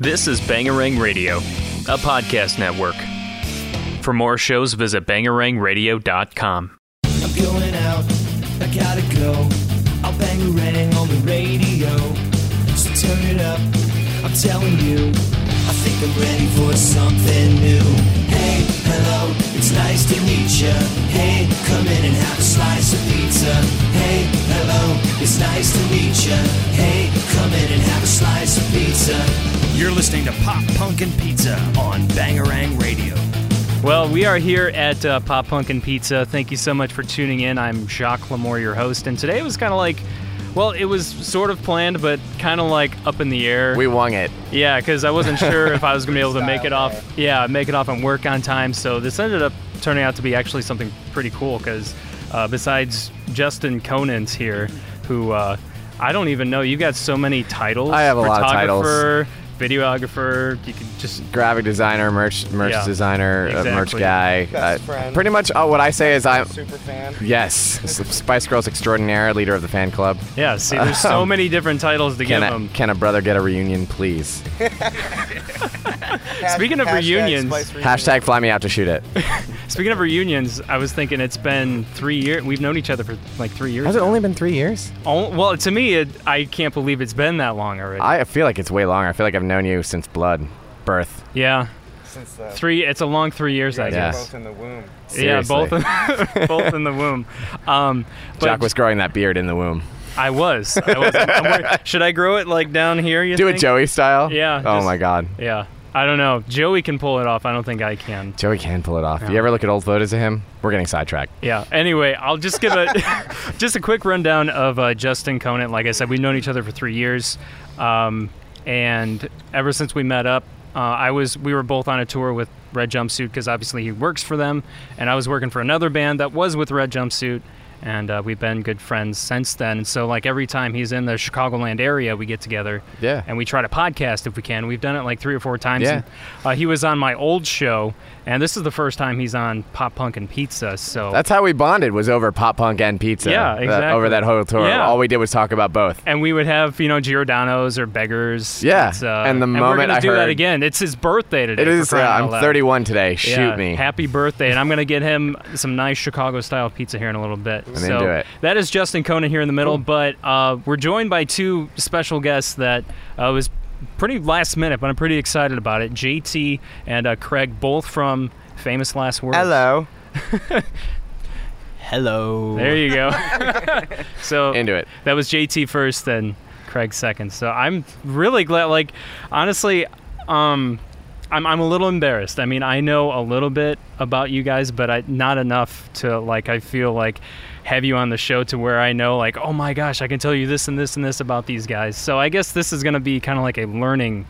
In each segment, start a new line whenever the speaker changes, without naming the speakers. This is Bangarang Radio, a podcast network. For more shows, visit bangarangradio.com.
I'm going out, I gotta go. I'll bang a rang on the radio. So turn it up, I'm telling you. I think I'm ready for something new. Hey, hello, it's nice to meet ya. Hey, come in and have a slice of pizza. Hey, hello, it's nice to meet ya. Hey, come in and have a slice of pizza. You're listening to Pop Punkin' Pizza on Bangarang Radio.
Well, we are here at uh, Pop Pumpkin Pizza. Thank you so much for tuning in. I'm Jacques Lamour, your host, and today was kind of like, well, it was sort of planned, but kind of like up in the air.
We wung it.
Yeah, because I wasn't sure if I was gonna be able to make it off. Yeah, make it off and work on time. So this ended up turning out to be actually something pretty cool. Because uh, besides Justin Conan's here, who uh, I don't even know, you got so many titles.
I have a lot of titles.
Photographer, Videographer, you can just
Graphic designer, merch, merch
Yeah.
designer, uh, merch
Exactly.
guy.
Best friend.
Pretty much uh, what I say is I'm.
super fan.
Yes, Spice Girls extraordinaire, leader of the fan club.
yeah. See, there's so many different titles to
Um, Can
give
a,
them.
can a brother get a reunion, please?
Hash-
Speaking of
hashtag
reunions-
Spice Reunion.
Hashtag fly me out to shoot it.
Speaking of reunions, I was thinking it's been three years. We've known each other for like three years.
Has it only been three years?
Oh, well, to me, it, I can't believe it's been that long already.
I feel like it's way longer. I feel like I've known you since blood, birth.
yeah,
Since uh,
three. It's a long three years, I
guys
Yeah.
guess.
are both in the womb.
Yeah, both both in the womb. Um, but
Jock was growing that beard in the womb.
I was. I was I'm worried- should I grow it like down here? You
Do it
think?
Joey style.
Yeah,
Oh
just-
my God.
Yeah. I don't know. Joey can pull it off. I don't think I can.
Joey can pull it off. You ever look at old photos of him? We're getting sidetracked.
Yeah. Anyway, I'll just give a just a quick rundown of uh, Justin Conant. Like I said, we've known each other for three years, um, and ever since we met up, uh, I was we were both on a tour with Red Jumpsuit because obviously he works for them, and I was working for another band that was with Red Jumpsuit, and uh, we've been good friends since then. And so like every time he's in the Chicagoland area, we get together.
Yeah.
And we try to podcast if we can. We've done it like three or four times.
Yeah.
And, uh, he was on my old show, and this is the first time he's on Pop Punk and Pizza. So
That's how we bonded was over pop punk and pizza.
Yeah,
That-
exactly.
over that whole tour,
Yeah.
all we did was talk about both.
and we would have you know Giordano's or beggars.
Yeah,
It's, uh,
and the
we're
moment
gonna
I
do that
heard-
again. It's his birthday today.
It
for
is. Uh,
crying
I'm
out loud.
31 today. Shoot
Yeah,
me.
Happy birthday, and I'm gonna get him some nice Chicago style pizza here in a little bit.
then
so
do it.
that is Justin Conan here in the middle, but uh, we're joined by two special guests that uh, was pretty last minute, but I'm pretty excited about it. JT and uh, Craig, both from Famous Last Words.
Hello.
Hello.
There you go. so
Into it.
That was JT first, then Craig second. So I'm really glad. Like, honestly, um, I'm I'm a little embarrassed. I mean, I know a little bit about you guys, but I not enough to like. I feel like have you on the show to where I know like, oh my gosh, I can tell you this and this and this about these guys. So I guess this is gonna be kind of like a learning.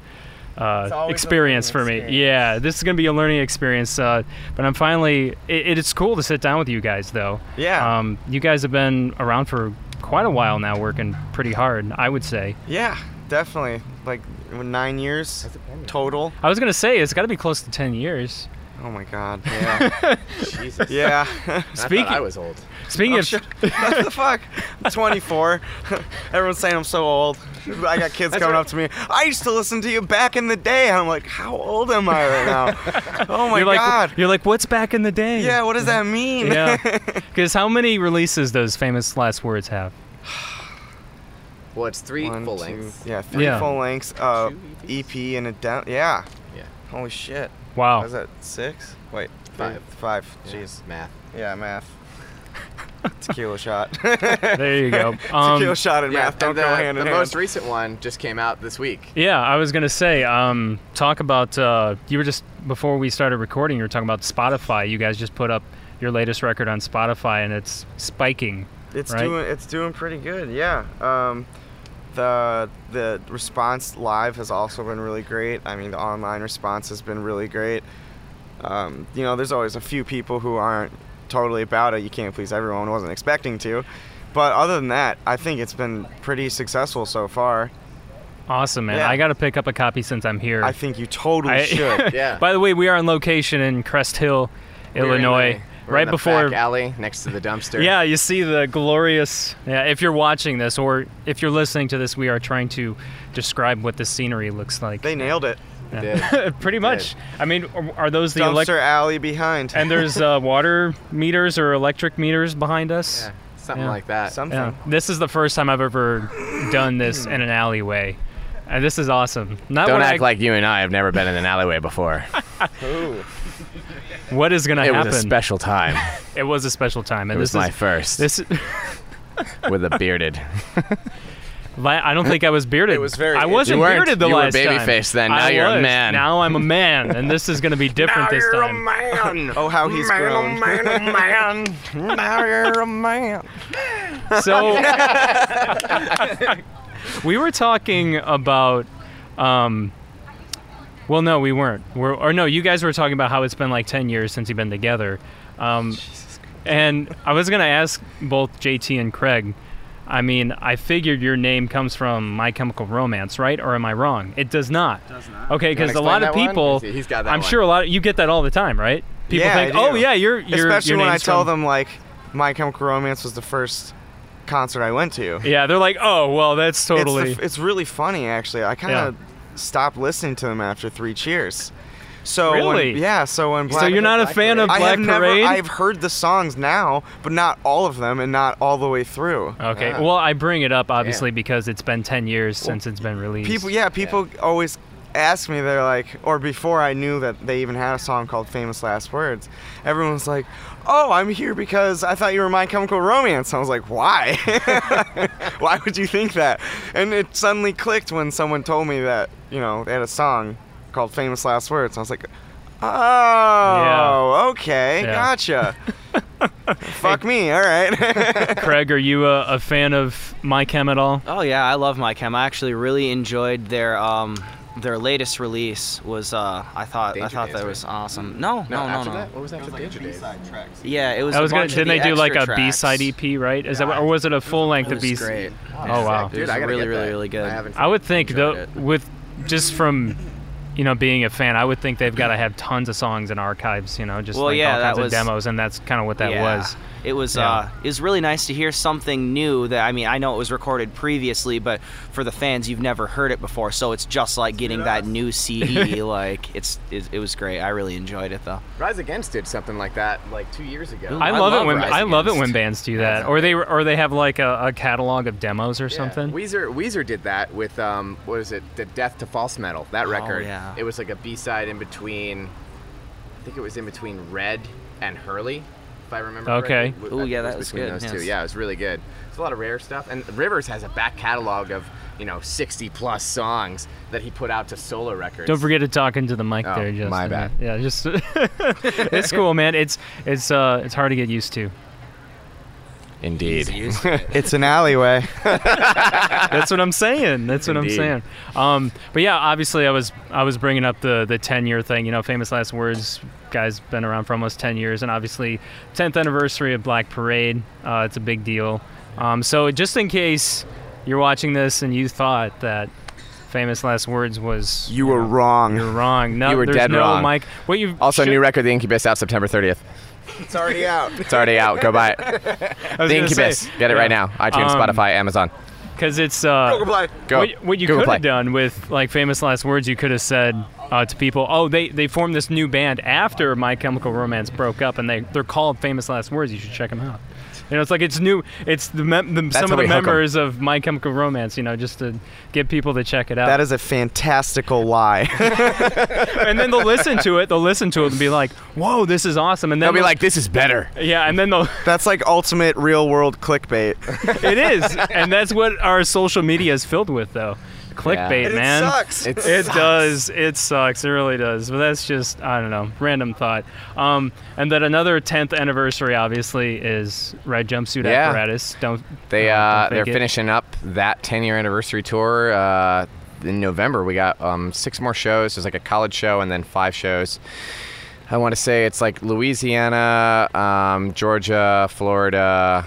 It's
Uh,
always a
experience for
learning
me.
experience.
Yeah, this is gonna be a learning experience. Uh, but I'm finally. It, it's cool to sit down with you guys, though.
Yeah.
Um, you guys have been around for quite a while now, working pretty hard, I would say.
Yeah, definitely. Like nine years total.
I was gonna say it's got to be close to ten years.
Oh my God. Yeah.
Jesus.
yeah.
Speaking
was old.
speaking
Oh,
of
shit. what the fuck? I'm 24. Everyone's saying I'm so old. I got kids coming up to me. I used to listen to you back in the day, and I'm like, how old am I right now? Oh my
you're like
God.
you're like what's back in the day?
yeah. What does that mean?
yeah. Because how many releases does famous last words have?
Well, it's three
One, two- Yeah, three
Yeah.
full lengths, uh, EP and a down. Yeah.
Yeah.
Holy shit.
Wow.
Was that six? Wait. three-
Five.
Five. Jeez.
math.
Yeah, math. Tequila shot.
There you go.
Tequila
Um,
shot and math don't
the,
go hand in hand.
most recent one just came out this week.
yeah, I was gonna say um, talk about uh, you were just before we started recording, you were talking about Spotify. You guys just put up your latest record on Spotify, and it's spiking.
It's
right?
doing it's doing pretty good. Yeah. Um, the the response live has also been really great. I mean, the online response has been really great. Um, you know, there's always a few people who aren't totally about it. You can't please everyone. Wasn't expecting to, but other than that, I think it's been pretty successful so far.
Awesome, man.
Yeah.
I gotta pick up a copy since I'm here.
I think you totally
I-
should.
Yeah.
By the way, we are on location in Crest Hill,
in
Illinois.
Illinois. We're
right
in the
before
back alley next to the dumpster.
Yeah, you see the glorious. Yeah, if you're watching this or if you're listening to this, we are trying to describe what the scenery looks like.
They nailed it.
Yeah.
did.
Pretty much. I mean, are, are those the elec-
Dumpster alley behind.
and there's uh, water meters or electric meters behind us?
Yeah, something
Yeah.
like that.
something.
Yeah. This is the first time I've ever done this in an alleyway. And this is awesome. Not
Hmm. Don't
what
act
I-
like you and I have never been in an alleyway before.
Ooh.
what is going to
it
happen.
was a special time.
it was a special time.
It
And
was
this
my
is
first
this
with a bearded.
I don't think I was bearded.
It was very-
I wasn't
You weren't.
bearded the
You were
last time.
babyface then. Now
I
you're a
was.
man.
Now I'm a man, and this is going to be different this time.
man.
Oh, how he's Man, oh, grown. man,
man. Now you're a man.
So we were talking about. Um, well, no, we weren't. We're, or no, you guys were talking about how it's been like ten years since you've been together. Um, and I was gonna ask both JT and Craig. I mean, I figured your name comes from My Chemical Romance, right? Or am I wrong? It does not. Does not. Okay,
wanna
because a lot of
explain that one?
people,
He's- he's got that
I'm
one.
sure a lot of you get that all the time, right? People
Yeah, I
think,
do.
oh yeah, you're, you're
Especially
your
when I
name's
tell
from-
them like My Chemical Romance was the first concert I went to.
Yeah, they're like, oh well, that's
It's the
totally.
f- It's, really funny actually. I kind of stopped listening to them after three cheers. So when-
Really?
yeah. So when Black
so you're not a fan of
I
Black
have never.
Parade?
I've heard the songs now, but not all of them, and not all the way through.
okay.
Yeah.
Well, I bring it up obviously because it's been 10 years since it's been released.
People, yeah, people always ask me. They're like, or before I knew that they even had a song called "Famous Last Words," everyone was like, "Oh, I'm here because I thought you were My Chemical Romance." I was like, "Why? Why would you think that?" And it suddenly clicked when someone told me that you know they had a song called "Famous Last Words." I was like. Oh, okay,
Yeah.
gotcha. Fuck me, all right.
Craig, are you a, a fan of My Chem at all?
Oh yeah, I love My Chem. I actually really enjoyed their um their latest release was uh I thought I
Danger
thought
Days,
that
right? Mm-hmm.
was awesome. No, no, no,
after
no.
that? What was after Danger Days?
Yeah, it was.
I was
going
gonna. Didn't they do like a B-side EP, right? Is that what- or was it a full length
It was
B? side
great.
Oh wow.
It was
gotta
really,
get
really,
that.
really good.
I haven't.
I would think though,
Enjoyed it.
with just from you know being a fan, I would think they've got to have tons of songs in archives. You know, just
Well,
like
yeah,
all
that
kinds of
was-
demos, and that's kind of what that
Yeah.
was.
It was
Yeah.
uh, it was really nice to hear something new that I mean I know it was recorded previously, but for the fans you've never heard it before, so it's just like getting that new CD. like it's it, it was great. I really enjoyed it though.
Rise Against did something like that like two years ago.
I,
I
love, it
love
when
Rise
I love it
Against.
when bands do that, or they or they have like a, a catalog of demos or something.
Yeah. Weezer Weezer did that with um what is it? The Death to False Metal,
Oh,
that record.
yeah.
It was like a B side in between I think it was in between Red and Hurley, if I remember
Okay.
correctly. uh,
Ooh, yeah,
It
that was
between
good,
Those two.
yes.
Yeah, it was really good. It's a lot of rare stuff. And Rivers has a back catalog of, you know, sixty plus songs that he put out to solo records.
Don't forget to talk into the mic
Oh,
there, Justin.
my bad.
Yeah, just it's cool, man. It's it's uh it's hard to get used to.
Indeed.
it's an alleyway.
That's what I'm saying. That's what
Indeed.
I'm saying. Um, but yeah, obviously, I was I was bringing up the the 10 year thing. You know, famous last words. Guys, been around for almost 10 years, and obviously, 10th anniversary of Black Parade. Uh, it's a big deal. Um, so just in case you're watching this and you thought that famous last words was
You were wrong.
you're wrong. No,
You were
there's
dead
no
wrong.
Mike. What you
Also
should-
new record The Incubus out September thirtieth.
It's already out.
It's already out. Go buy it.
I was
The
gonna
Incubus.
say,
Get it right now. iTunes,
Um,
Spotify, Amazon.
because it's uh,
Go.
What, what you
Google
could
Play.
have done with like famous last words, you could have said uh, to people, "Oh, they they formed this new band after My Chemical Romance broke up, and they they're called Famous Last Words. You should check them out." You know, it's like it's new. It's the, mem- the
how
some of the
we hook 'em.
members of My Chemical Romance. You know, just to get people to check it out,
That is a fantastical lie.
and then they'll listen to it. They'll listen to it and be like, "Whoa, this is awesome!" And then
They'll be like, this is better.
"Yeah," and then they'll.
That's like ultimate real world clickbait.
it is, and that's what our social media is filled with, though. Clickbait, man.
It's
It does. It sucks. It really does. But that's just I don't know. Random thought. Um, and then another 10th anniversary, obviously, is Red Jumpsuit
Yeah.
Apparatus. Don't
They
don't-
uh,
don't
they're
fake it.
finishing up that 10 year anniversary tour uh, in November. We got um, six more shows. There's like a college show and then five shows. I want to say it's like Louisiana, um, Georgia, Florida,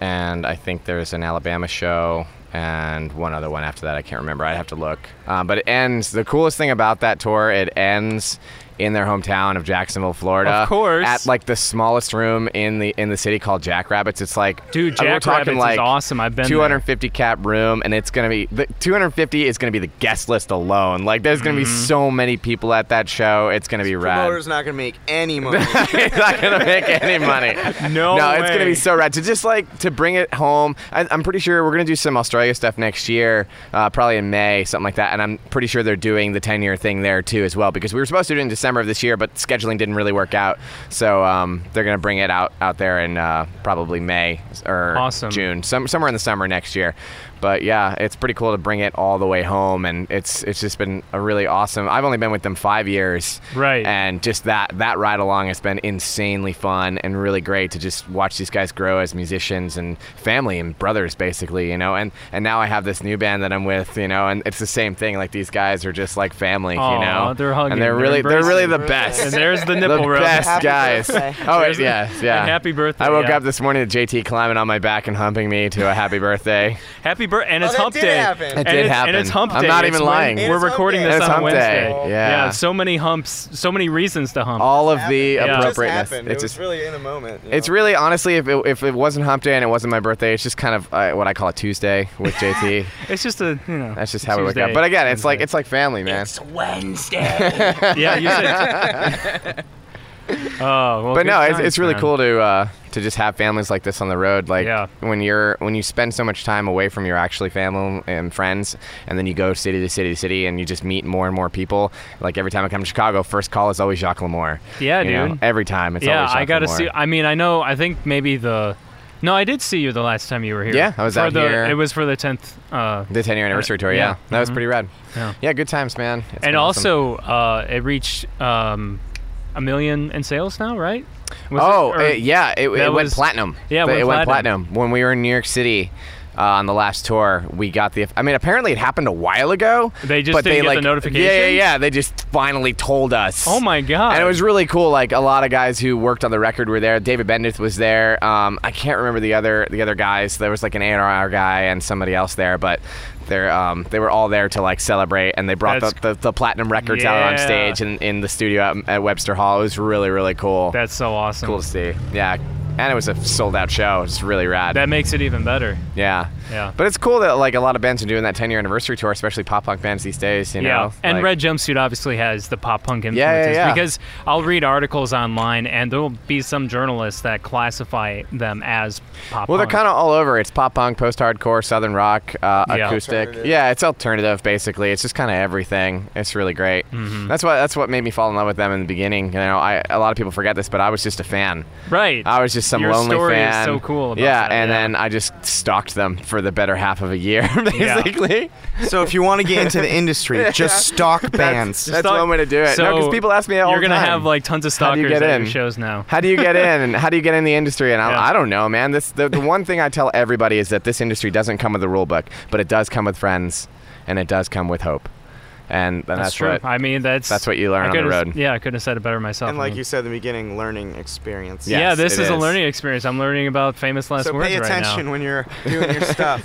and I think there's an Alabama show and one other Uh, one after that. I can't remember. I'd have to look. Um, but it ends. The coolest thing about that tour, it ends in their hometown of Jacksonville, Florida.
Of course.
At like the smallest room in the in the city called Jackrabbits. It's like I
Dude,
mean, Uh, we're
Jackrabbits
talking,
is
like
awesome. I've been there.
250 cap room, and it's gonna be the 250 is gonna be the guest list alone. Like there's gonna be
Mm-hmm.
so many people at that show. It's gonna be rad.
Promoter's not gonna make any money.
He's not gonna make any money.
No
it's gonna
way.
be so rad to just like to bring it home. I, I'm pretty sure we're gonna do some Australia stuff next year, uh, probably in May, something like that. And I'm pretty sure they're doing the 10 year thing there too as well because we were supposed to do it in December of this year, but scheduling didn't really work out. So um, they're gonna bring it out out there in uh, probably May or
Awesome.
June, some, somewhere in the summer next year. But yeah, it's pretty cool to bring it all the way home, and it's it's just been a really awesome. I've only been with them five years,
Right.
and just that that ride along has been insanely fun and really great to just watch these guys grow as musicians and family and brothers basically you know and and now i have this new band that i'm with you know and it's the same thing like these guys are just like family you
Aw,
know
they're hugging,
and they're
they're
really they're really the
embracing.
best
And there's the nipple
the
rub.
best guys.
birthday.
Oh
There's a-
yes, yeah.
and happy birthday,
I woke
yeah.
up this morning to JT climbing on my back and humping me to a happy birthday.
Happy birthday, and
Oh,
it's
that
hump
did
day.
happen. It
and
did
it's,
happen.
And it's hump day.
I'm not
It's
even
when-
lying.
We're
It's hump
recording
day.
this
It's
on
hump
Wednesday. Oh.
day.
Yeah.
Yeah.
so many humps, so many reasons to hump.
All of the
Yeah. It just
appropriateness.
It just happened.
It's
It was
just.
really in a moment. you
It's
know?
really honestly, if it, if it wasn't Hump Day and it wasn't my birthday, it's just kind of uh, what I call a Tuesday with JT.
it's just a you know.
That's just how we wake
Tuesday.
up. But again, it's like it's like family, man.
yeah, you said. oh well.
but
good
no, it's,
times,
it's really
man.
cool to uh, to just have families like this on the road. Like
Yeah.
when you're when you spend so much time away from your actually family and friends, and then you go city to city to city, and you just meet more and more people. Like every time I come to Chicago, first call is always Jacques Lamour.
Yeah,
You know,
dude.
every time it's
yeah,
always Jacques
I gotta
Lamour.
see. I mean, I know. I think maybe the. No, I did see you the last time you were here.
Yeah, I was
for
out
the,
here.
It was for the tenth. Uh,
the 10 year anniversary tour. Yeah,
Yeah. Mm-hmm.
that was pretty rad.
Yeah.
good times, man. It's been
and
awesome.
also, uh, it reached um, a million in sales now, right? Was it-
Oh,
or-
uh, yeah, it, it
that
went
was-
platinum.
Yeah, it
But
went
it went
platinum.
platinum. When we were in New York City uh, on the last tour, we got the. I mean, apparently it happened a while ago.
They just
but
didn't
they,
get the
like,
notification?
Yeah, yeah, yeah. They just finally told us.
Oh my god!
And it was really cool. Like a lot of guys who worked on the record were there. David Bendith was there. Um, I can't remember the other the other guys. There was like an A&R guy and somebody else there, but they're um, they were all there to like celebrate. And they brought the,
That's-
the, the platinum records out on
Yeah.
stage and in the studio at, at Webster Hall. It was really really cool.
That's so awesome.
cool to see. Yeah, and it was a sold out show. It's really rad.
That makes it even better.
yeah.
Yeah.
But it's cool that like a lot of bands are doing that 10 year anniversary tour, especially pop punk bands these days. You
yeah,
know,
and
Like-
Red Jumpsuit obviously has the pop punk influences
yeah, yeah.
because I'll read articles online and there'll be some journalists that classify them as pop.
Well, they're kind of all over. It's pop punk, post hardcore, southern rock, uh,
Yeah.
acoustic.
Alternative.
Yeah, it's alternative basically. It's just kind of everything. It's really great.
Mm-hmm.
That's what that's what made me fall in love with them in the beginning. You know, I a lot of people forget this, but I was just a fan.
of right.
I was just some
Your
lonely
story
fan.
Is so cool. About
yeah,
that,
and then I just stalked them for the better half of a year, basically.
So if you want to get into the industry, just stalk bands.
That's
Stalk-
one way to do it. No, 'cause people ask me all
You're
the
gonna
time.
have like tons of
How do
stalkers
you
at
get
your
in?
shows now.
How do you get in? And how do you get in the industry? And I'm,
Yeah.
I don't know, man. This the, the one thing I tell everybody is that this industry doesn't come with a rule book, but it does come with friends, and it does come with hope. And, and that's,
That's, true.
what
I mean, that's
that's what you learn
I
on the
could've-
road.
Yeah, I couldn't have said it better myself.
And
I
like
mean.
you said in the beginning, learning experience.
Yeah.
yeah,
Yes,
this
it
is a
is.
learning experience. I'm learning about famous last
So
words
pay
right
attention
now.
when you're doing your stuff.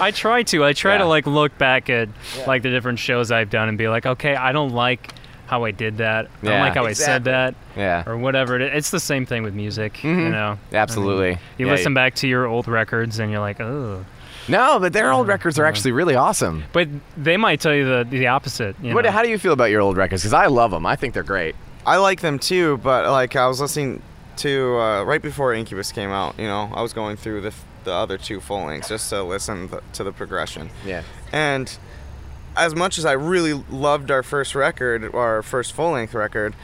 I try to. I try
Yeah.
to like look back at like the different shows I've done and be like, okay, I don't like how I did that. I don't
Yeah.
like how I said
Exactly.
that
yeah,
or whatever. It is. It's the same thing with music, you
Mhm.
know.
absolutely.
You
Yeah,
listen back to your old records and you're like, oh.
No, but their old records are actually really awesome.
But they might tell you the the opposite. You
What,
know?
how do you feel about your old records? Because I love them. I think they're great.
I like them too, but like I was listening to uh, right before Incubus came out. You know, I was going through the the other two full lengths just to listen th- to the progression.
Yeah.
And as much as I really loved our first record, our first full length record,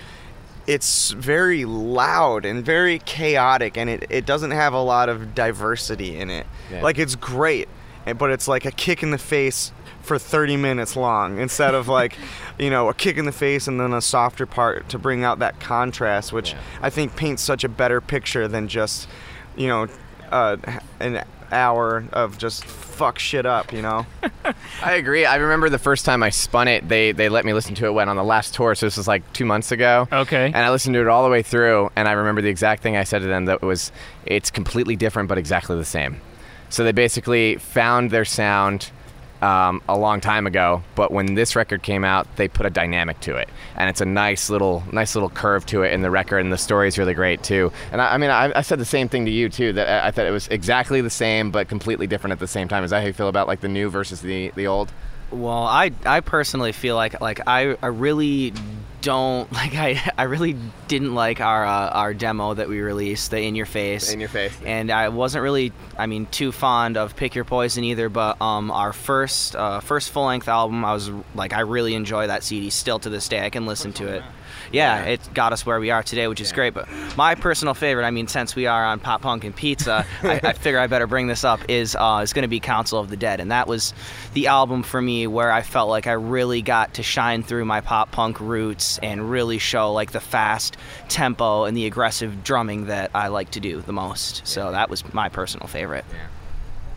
it's very loud and very chaotic, and it, it doesn't have a lot of diversity in it.
Yeah.
Like, it's great, and- but it's like a kick in the face for 30 minutes long instead of like, you know, a kick in the face and then a softer part to bring out that contrast, which
Yeah.
I think paints such a better picture than just, you know, uh, an hour of just fuck shit up, you know?
I agree. I remember the first time I spun it, they they let me listen to it when on the last tour. So this was like two months ago.
Okay.
And I listened to it all the way through, and I remember the exact thing I said to them that was, "It's completely different, but exactly the same." So they basically found their sound um, a long time ago. But when this record came out, they put a dynamic to it, and it's a nice little nice little curve to it in the record, and the story is really great too. And I, I mean, I, I said the same thing to you too that I, I thought it was exactly the same but completely different at the same time. Is that how you feel about like the new versus the the old?
Well, I I personally feel like like I, I really don't like I I really didn't like our uh, our demo that we released, the in your face.
In Your Face.
And I wasn't really I mean too fond of Pick Your Poison either, but um our first uh, first full length album, I was like I really enjoy that CD still to this day. I can listen to it. Yeah, it got us where we are today, which is great. But my personal favorite, I mean, since we are on pop punk and pizza, I, I figure I better bring this up. Is uh, is going to be Council of the Dead, and that was the album for me where I felt like I really got to shine through my pop punk roots and really show like the fast tempo and the aggressive drumming that I like to do the most. So that was my personal favorite.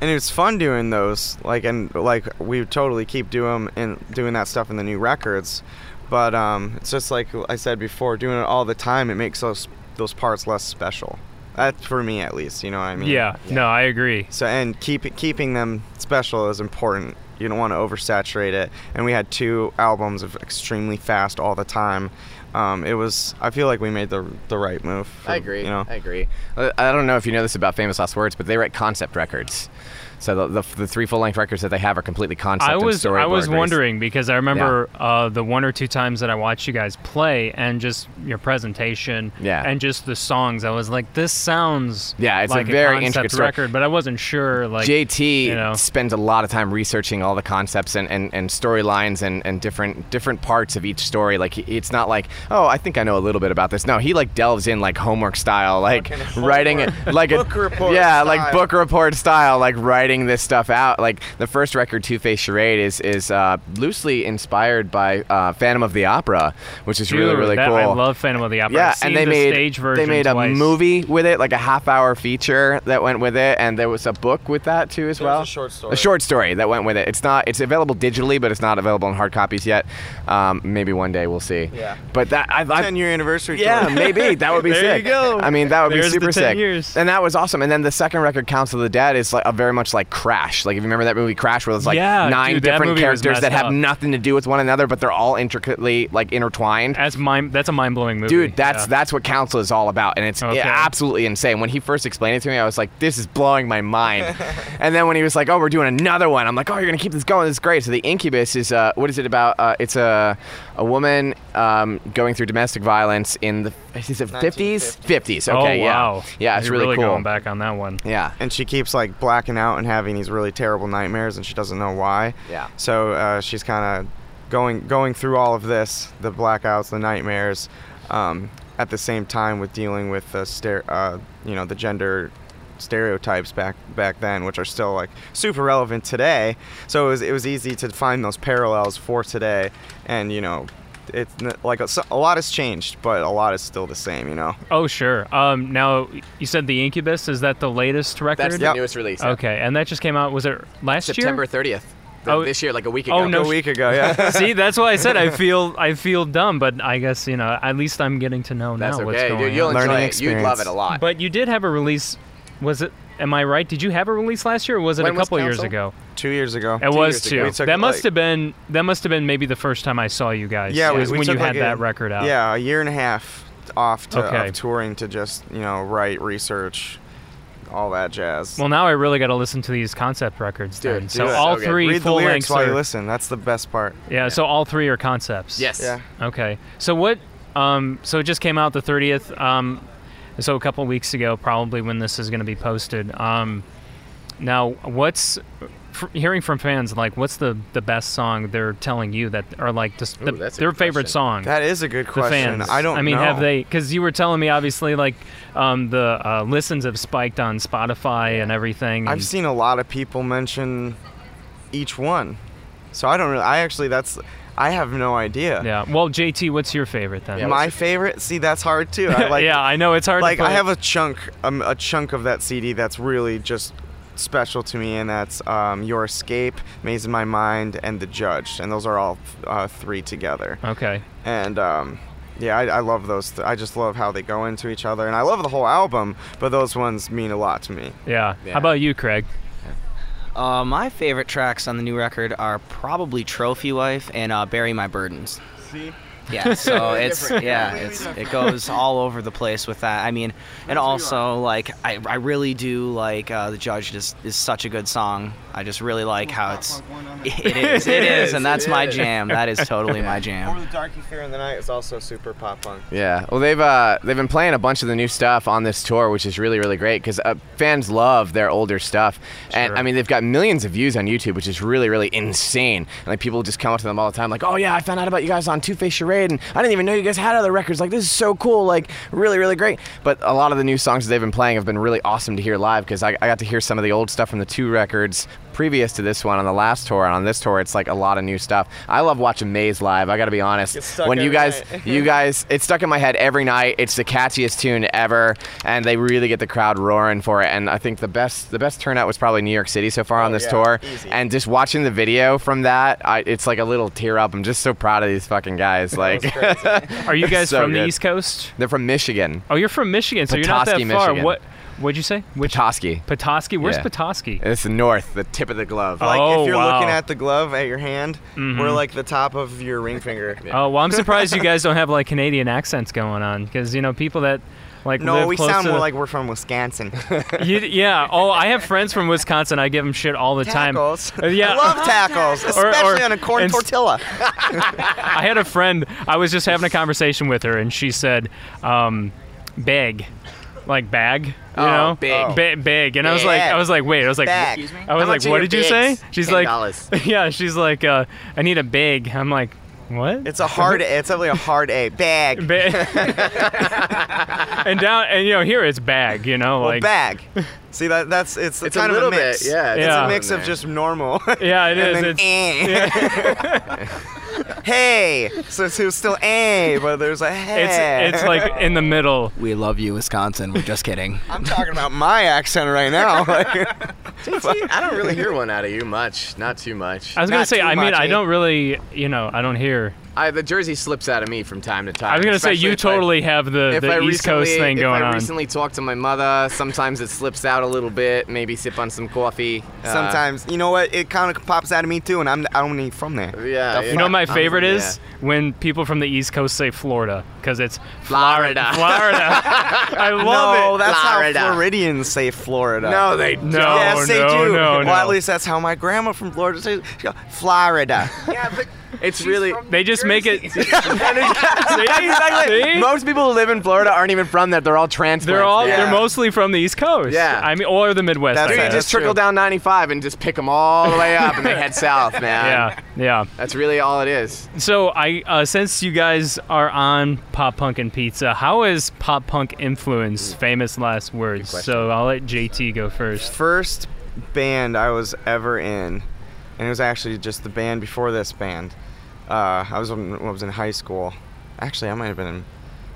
and it's fun doing those like and like we totally keep doing and doing that stuff in the new records but um it's just like i said before doing it all the time it makes those those parts less special that's for me at least you know what i mean
yeah, no, I agree.
so and keep keeping them special is important you don't want to oversaturate it and we had two albums of extremely fast all the time um, it was i feel like we made the the right move for-
I agree.
you know
I agree. Uh, I don't know if you know this about Famous Last Words, but they write concept records. So the, the, the three full length records that they have are completely concept.
I
and
was I was
storyboard-based.
wondering because I remember uh, the one or two times that I watched you guys play and just your presentation
Yeah.
and just the songs. I was like, this sounds
Yeah, it's a
like
very
concept
intricate story.
record, but I wasn't sure. Like
JT
you know.
spends a lot of time researching all the concepts and, and, and storylines and, and different different parts of each story. Like he- it's not like oh I think I know a little bit about this. No, he like delves in like homework style, like writing it like
Book
a
report
yeah like
style.
book report style, like writing this stuff out. Like the first record, Two Face Charade, is is uh, loosely inspired by uh, Phantom of the Opera, which is really
dude,
really
that-
cool.
I love Phantom of the Opera.
Yeah, and
I've seen
they
the
made
stage
they
version
made a
twice.
movie with it, like a half hour feature that went with it, and there was a book with that too as
There was
well.
a short story.
A short story that went with it. It's not it's available digitally, but it's not available in hard copies yet. Um, maybe one day we'll see.
Yeah.
But that I, I
10 year anniversary
yeah,
tour.
maybe that would be
There you
sick.
go.
I mean, that would be
There's the
super
10
sick.
years.
And that was awesome. And then the second record, Council of the Dead, is like a very much like Crash. Like if you remember that movie Crash, where it's like
Yeah,
nine
dude, that
different
movie was
characters that
messed
have
up.
nothing to do with one another, but they're all intricately like intertwined.
That's mind. That's a mind blowing movie.
Dude, that's
yeah.
that's what council is all about, and it's
Okay.
absolutely insane. When he first explained it to me, I was like, "This is blowing my mind." and then when he was like, "Oh, we're doing another one," I'm like, "Oh, you're gonna keep this going. This is great." So the incubus is uh, what is it about? Uh, it's a a woman um, going through domestic violence in the is it 50s? 50s.
Oh
Okay, yeah,
wow.
yeah, it's
You're
really, cool.
going back on that one.
Yeah,
and she keeps like blacking out and having these really terrible nightmares and she doesn't know why
Yeah.
so uh, she's kind of going going through all of this the blackouts the nightmares um, at the same time with dealing with the stere- uh, you know the gender stereotypes back back then which are still like super relevant today so it was, it was easy to find those parallels for today and you know it's n- like a, a lot has changed but a lot is still the same you know
Oh sure. Um, now you said the Incubus is that the latest record?
that's the
Yep.
newest release.
Okay, and that just came out. Was it last
September
year?
30th.
Oh.
this year, like a week ago.
Oh, no
a
sh-
week ago yeah
See, that's why I said I feel I feel dumb, but I guess you know at least I'm getting to know
that's
now what's
okay.
going
Dude, you'll
on.
enjoy
Learning
it. You'd love
experience.
it a lot.
But you did have a release. Was it? Am I right? Did you have a release last year, or was it
When
a
was
couple years
Council?
ago?
two years ago
It was
years ago.
too.
We took,
That must
like-
have been that must have been maybe the first time I saw you guys.
Yeah, we-
was
we
when you
took, like,
had that
a-
record out.
Yeah, a year and a half off to,
Okay.
of touring to just you know write, research, all that jazz.
Well, now I really got to listen to these concept records,
Dude,
then.
do
So
it.
all
So good.
three
read the
full
lyrics
lengths
while you
are.
listen. That's the best part.
Yeah, so all three are concepts.
yes.
Yeah.
Okay. So what? Um, so it just came out the thirtieth. Um, so a couple weeks ago, probably when this is going to be posted. Um, now, what's f- hearing from fans? Like, what's the the best song they're telling you that are like just the,
Ooh, that's a
their
good
favorite
question.
song?
That is a good
the
question.
fans.
I don't.
I mean, have
know.
they? Because you were telling me, obviously, like um, the uh, listens have spiked on Spotify and everything.
I've
and-
seen a lot of people mention each one, so I don't really. I actually, that's. I have no idea.
Yeah. Well, JT, what's your favorite then?
Yeah,
My favorite. See, that's hard too. I like.
yeah, I know it's hard.
like
to
I
put-
have a chunk, um, a chunk of that CD that's really just special to me, and that's um, Your Escape, Maze in My Mind, and The Judge, and those are all uh, three together.
Okay.
And um, yeah, I, I love those. Th- I just love how they go into each other, and I love the whole album, but those ones mean a lot to me.
Yeah.
Yeah.
How about you, Craig?
Uh, my favorite tracks on the new record are probably Trophy Wife and uh, Bury My Burdens.
See?
Yeah, so it's
Different.
yeah,
Completely
it's it
different.
goes all over the place with that. I mean, and
That's what you
also like I, I really do like uh, the judge is is such a good song. I just really like how it's it is it is, and that's my jam. That is totally my
Or
jam.
the Darky Fear in the Night is also super pop punk.
Yeah. Well, they've uh, they've been playing a bunch of the new stuff on this tour, which is really really great because uh, fans love their older stuff, and I mean they've got millions of views on YouTube, which is really really insane. And like people just come up to them all the time, like, oh yeah, I found out about you guys on Two Face Charade, and I didn't even know you guys had other records. Like this is so cool, like really really great. But a lot of the new songs that they've been playing have been really awesome to hear live because I, I got to hear some of the old stuff from the two records previous to this one on the last tour and on this tour it's like a lot of new stuff i love watching maze live i gotta be honest
Get stuck
when you
every
guys
night.
you guys it's stuck in my head every night it's the catchiest tune ever and they really get the crowd roaring for it and i think the best the best turnout was probably new york city so far on this
yeah,
tour
easy.
and just watching the video from that I, it's like a little tear up i'm just so proud of these fucking guys like
Are you
It's
guys
so
from the
good.
East Coast?
they're from michigan
Oh, you're from Michigan, so you're not that
Petoskey,
far.
Michigan.
What? What'd you say? Which
toski
Petoskey? Where's
Yeah.
Petoskey?
it's the north the tip of the glove
Oh.
Like if you're looking
wow. Mm-hmm.
at the glove at your hand, we're like the top of your ring finger.
Oh well, I'm surprised you guys don't have like Canadian accents going on, because you know people that like
No,
live
we
close
sound
to
more
the-
like we're from Wisconsin.
You- yeah. Oh, I have friends from Wisconsin. I give them shit all the
tackles.
time. Uh, Yeah.
I love tackles,
Or- or-
especially on a corn
and-
tortilla.
I had a friend. I was just having a conversation with her, and she said, um, "Bag, like bag." You
Oh,
know,
big.
Ba- big, and I was like, I was like, wait, I was like,
Bag.
wh-
Excuse me?
I was
How much
like,
are
what
your
did you say?
bigs?
She's
$10.
like, yeah, she's like, uh, I need a big. I'm like, what?
It's a hard. A, it's definitely a hard A. Bag.
Ba- and down, and you know, here it's bag. You know,
Well,
like
bag. See that? That's it's,
it's
kind
a little
of a mix.
bit yeah
It's
Yeah.
a mix of just normal.
Yeah, it is.
and Then,
It's-
eh. hey, so it's, it's still a, but there's a hey.
it's it's like in the middle.
We love you, Wisconsin. We're just kidding.
I'm talking about my accent right now. Like,
i don't really hear one out of you much not too much
I was gonna
Not
say,
too
I mean,
much,
I
eh?
don't really, you know, I don't hear.
I, the jersey slips out of me from time to time
I was gonna say,
especially
you
if I-
totally have the,
if I
the East
recently,
Coast thing
if
going
I
on.
recently talked to my mother, sometimes it slips out a little bit. Maybe sip on some coffee. uh,
sometimes, you know what? It kind of pops out of me too, and I'm I don't even from there.
yeah.
You know, what my favorite is when people from the East Coast say Florida because it's
Florida.
Florida. I love
no,
it.
that's
Florida.
how Floridians say Florida.
No, they
No,
yes, they
no,
do.
no,
well,
no.
at least that's how my grandma from Florida says. She goes, Florida.
Yeah, but it's really.
they just make it. See? See?
Most people who live in Florida aren't even from that. They're all transplants.
They're all.
Yeah.
They're mostly from the East Coast.
Yeah.
I mean, or the Midwest. I
That's
Dude, you
guess.
just
true.
trickle down 95 and just pick them all the way up, and they head south, man.
yeah, yeah.
That's really all it is.
So I, uh, since you guys are on pop punk and pizza, how has pop punk influenced famous last words?
question.
So I'll let JT go first.
first band I was ever in, and it was actually just the band before this band. Uh, I was in, I was in high school. Actually, I might have been in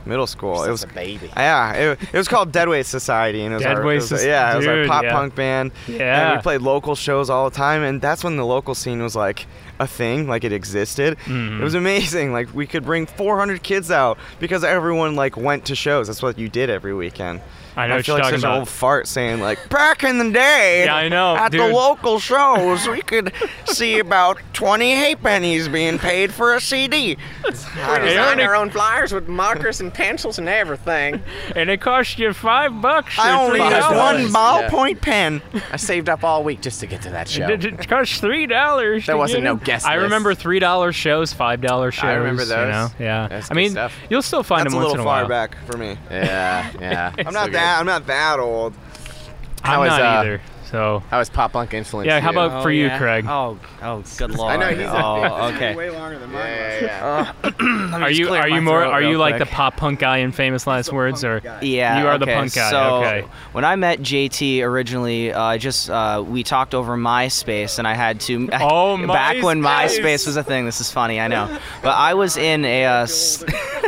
middle school. It was
baby.
yeah, it, it was called Deadweight Society, and it was our,
Deadweight
it was,
Soc-
yeah, it was our
dude,
pop
yeah.
punk band.
Yeah.
and we played local shows all the time, and that's when the local scene was like a thing, like it existed. It
Mm-hmm.
was amazing. Like we could bring 400 kids out because everyone like went to shows. That's what you did every weekend.
I know what
feel
you're
like
talking
such
about.
an old fart saying like back in the day.
Yeah, I know,
At
dude.
the local shows, we could see about 20 halfpennies being paid for a CD.
We
designed our
own flyers with markers and pencils and everything.
And it cost you five bucks.
I
or
only
three
used
dollars.
one
dollars. Yeah.
ballpoint pen.
I saved up all week just to get to that show.
It, it cost three dollars.
There wasn't no guest
I
list.
remember three dollar shows, five dollar shows.
I remember
You
those.
know? Yeah.
That's
I
good
mean,
stuff.
you'll still find
That's a
them once
little
in a
far
while.
back for me.
Yeah, yeah.
I'm
So
not
good.
that. I'm not that old.
I'm
How is,
not
uh,
either. So
How was pop punk influence?
Yeah, how
you?
about- For you, Craig.
Oh, oh, good lord.
I know, he's a-
oh, okay.
longer than
Yeah, yeah, yeah.
are you are you more are you like the pop punk guy in famous last words or
Yeah,
You are the
okay.
punk guy,
So
okay.
when I met JT originally, uh, I just uh, we talked over MySpace, and I had to
Oh,
back when
MySpace.
MySpace was a thing. This is funny, I know, but I was in a uh, s-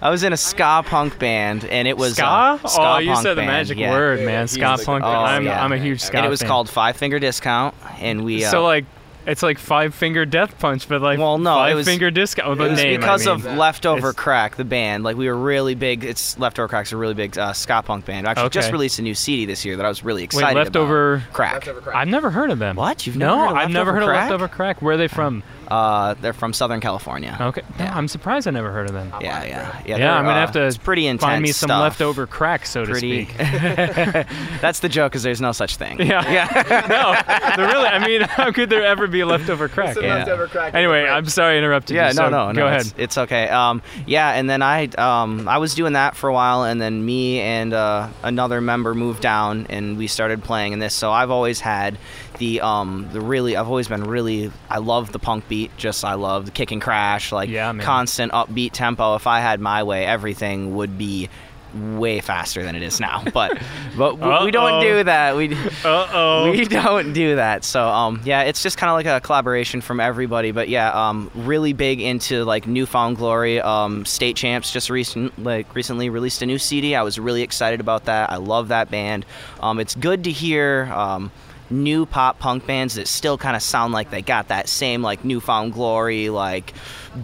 I was in a ska punk band, and it was
ska?
uh, ska
oh, you
punk
said the
band,
magic
yeah.
word, man.
He's
Ska
the-
punk.
Oh,
I'm
yeah.
I'm a huge ska.
and it was
fan.
called Five Finger Discount, and we uh,
So like It's like Five Finger Death Punch, but like
Well, no, it
Five
was-
Finger Disco. oh,
It
the
was
name, I
because
mean.
of Leftover
It's-
Crack, the band. Like we were really big. It's Leftover Crack's a really big uh, ska punk band. Actually, just
Okay.
released a new CD this year that I was really excited about.
Leftover-
Crack.
I've never heard of them.
What? You've
no,
never heard of
I've never
Leftover
heard
Crack?
of Leftover Crack. Where are they from?
Uh, they're from Southern California.
Okay, no, I'm surprised I never heard of them.
Yeah, yeah, yeah.
Oh, Yeah,
they're,
I'm gonna
uh,
have to
It's pretty intense.
find me some
stuff.
leftover crack, so
Pretty.
to speak.
That's the joke, because there's no such thing.
Yeah, yeah. no, there really. I mean, how could there ever be leftover crack?
Yeah.
Leftover crack.
Anyway, I'm sorry I interrupted
yeah,
you.
no,
so
no, no.
Go
it's,
ahead.
It's okay. Um, yeah, and then I, um, I was doing that for a while, and then me and uh, another member moved down, and we started playing in this. So I've always had the, um, the really, I've always been really, I love the punk beat. Just I love the kick and crash, like
Yeah, man.
constant upbeat tempo. If I had my way, everything would be way faster than it is now. But, but we- we don't
Uh-oh.
do that. We.
Uh oh.
We don't do that. So um, yeah, it's just kind of like a collaboration from everybody. But yeah, um, really big into like Newfound Glory. Um, State Champs just recent like recently released a new CD. I was really excited about that. I love that band. Um, it's good to hear. Um, new pop punk bands that still kind of sound like they got that same like newfound glory like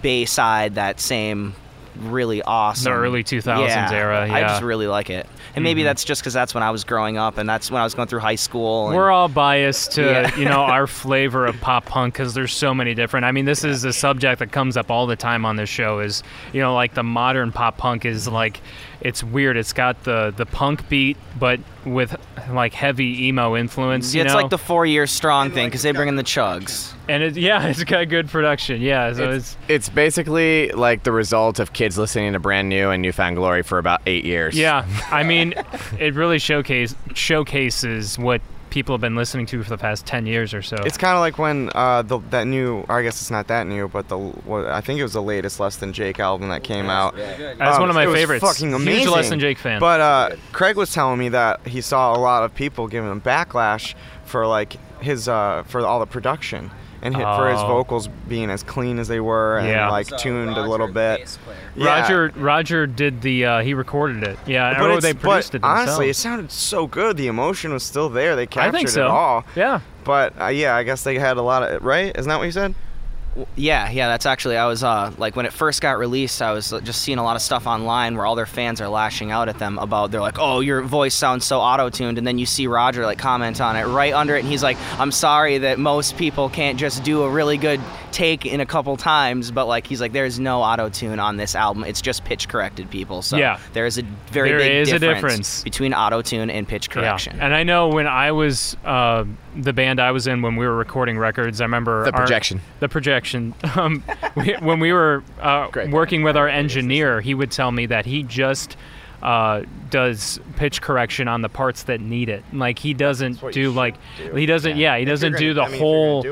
bayside that same really awesome
early 2000s era,
i
yeah. Mm-hmm.
just really like it and maybe that's just because that's when i was growing up and that's when i was going through high school and
We're all biased to
Yeah.
you know our flavor of pop punk because there's so many different. I mean, this is a subject that comes up all the time on this show. Is you know like the modern pop punk is like it's weird. It's got the the punk beat, but with like heavy emo influence.
Yeah,
you
Mm, it's
know?
like the four year strong thing because they bring in the chugs.
and it, yeah, it's got good production. Yeah, so it's,
It's basically like the result of kids listening to Brand New and Newfound Glory for about eight years.
yeah. I mean, it really showcase showcases what people have been listening to for the past ten years or so.
It's kind of like when uh, the, that new, I guess it's not that new, but the what, I think it was the latest Less Than Jake album that came out.
That's
Um,
one of my
it was
favorites.
Fucking amazing.
Huge Less Than Jake fan.
But uh, Craig was telling me that he saw a lot of people giving him backlash for like his uh, for all the production and hit, for his
Oh.
vocals being as clean as they were and
Yeah.
like tuned a little bit. Yeah.
Roger Roger did the uh, he recorded it. Yeah,
But,
or
it's-
they
but
produced it themselves.
honestly, it sounded so good. The emotion was still there. They
I
captured
think so.
it all.
Yeah.
But uh, yeah, I guess they had a lot of right. Isn't that what you said?
Yeah, yeah, that's actually I was uh like when it first got released, I was uh, just seeing a lot of stuff online where all their fans are lashing out at them about they're like, "Oh, your voice sounds so auto-tuned." And then you see Roger like comment on it right under it and he's like, "I'm sorry that most people can't just do a really good take in a couple times, but like he's like there's no auto-tune on this album. It's just pitch corrected people." So
Yeah.
there is a very
There
big
is a
difference,
difference.
between auto-tune and pitch correction.
Yeah. And I know when I was uh, the band I was in when we were recording records, I remember
The
our-
Projection.
the projection. Um, we, when we were uh,
Great band.
working with our engineer, he would tell me that he just uh, does pitch correction on the parts that need it. Like he doesn't
what you
do
should
like
do.
he doesn't. Yeah, he doesn't do the whole.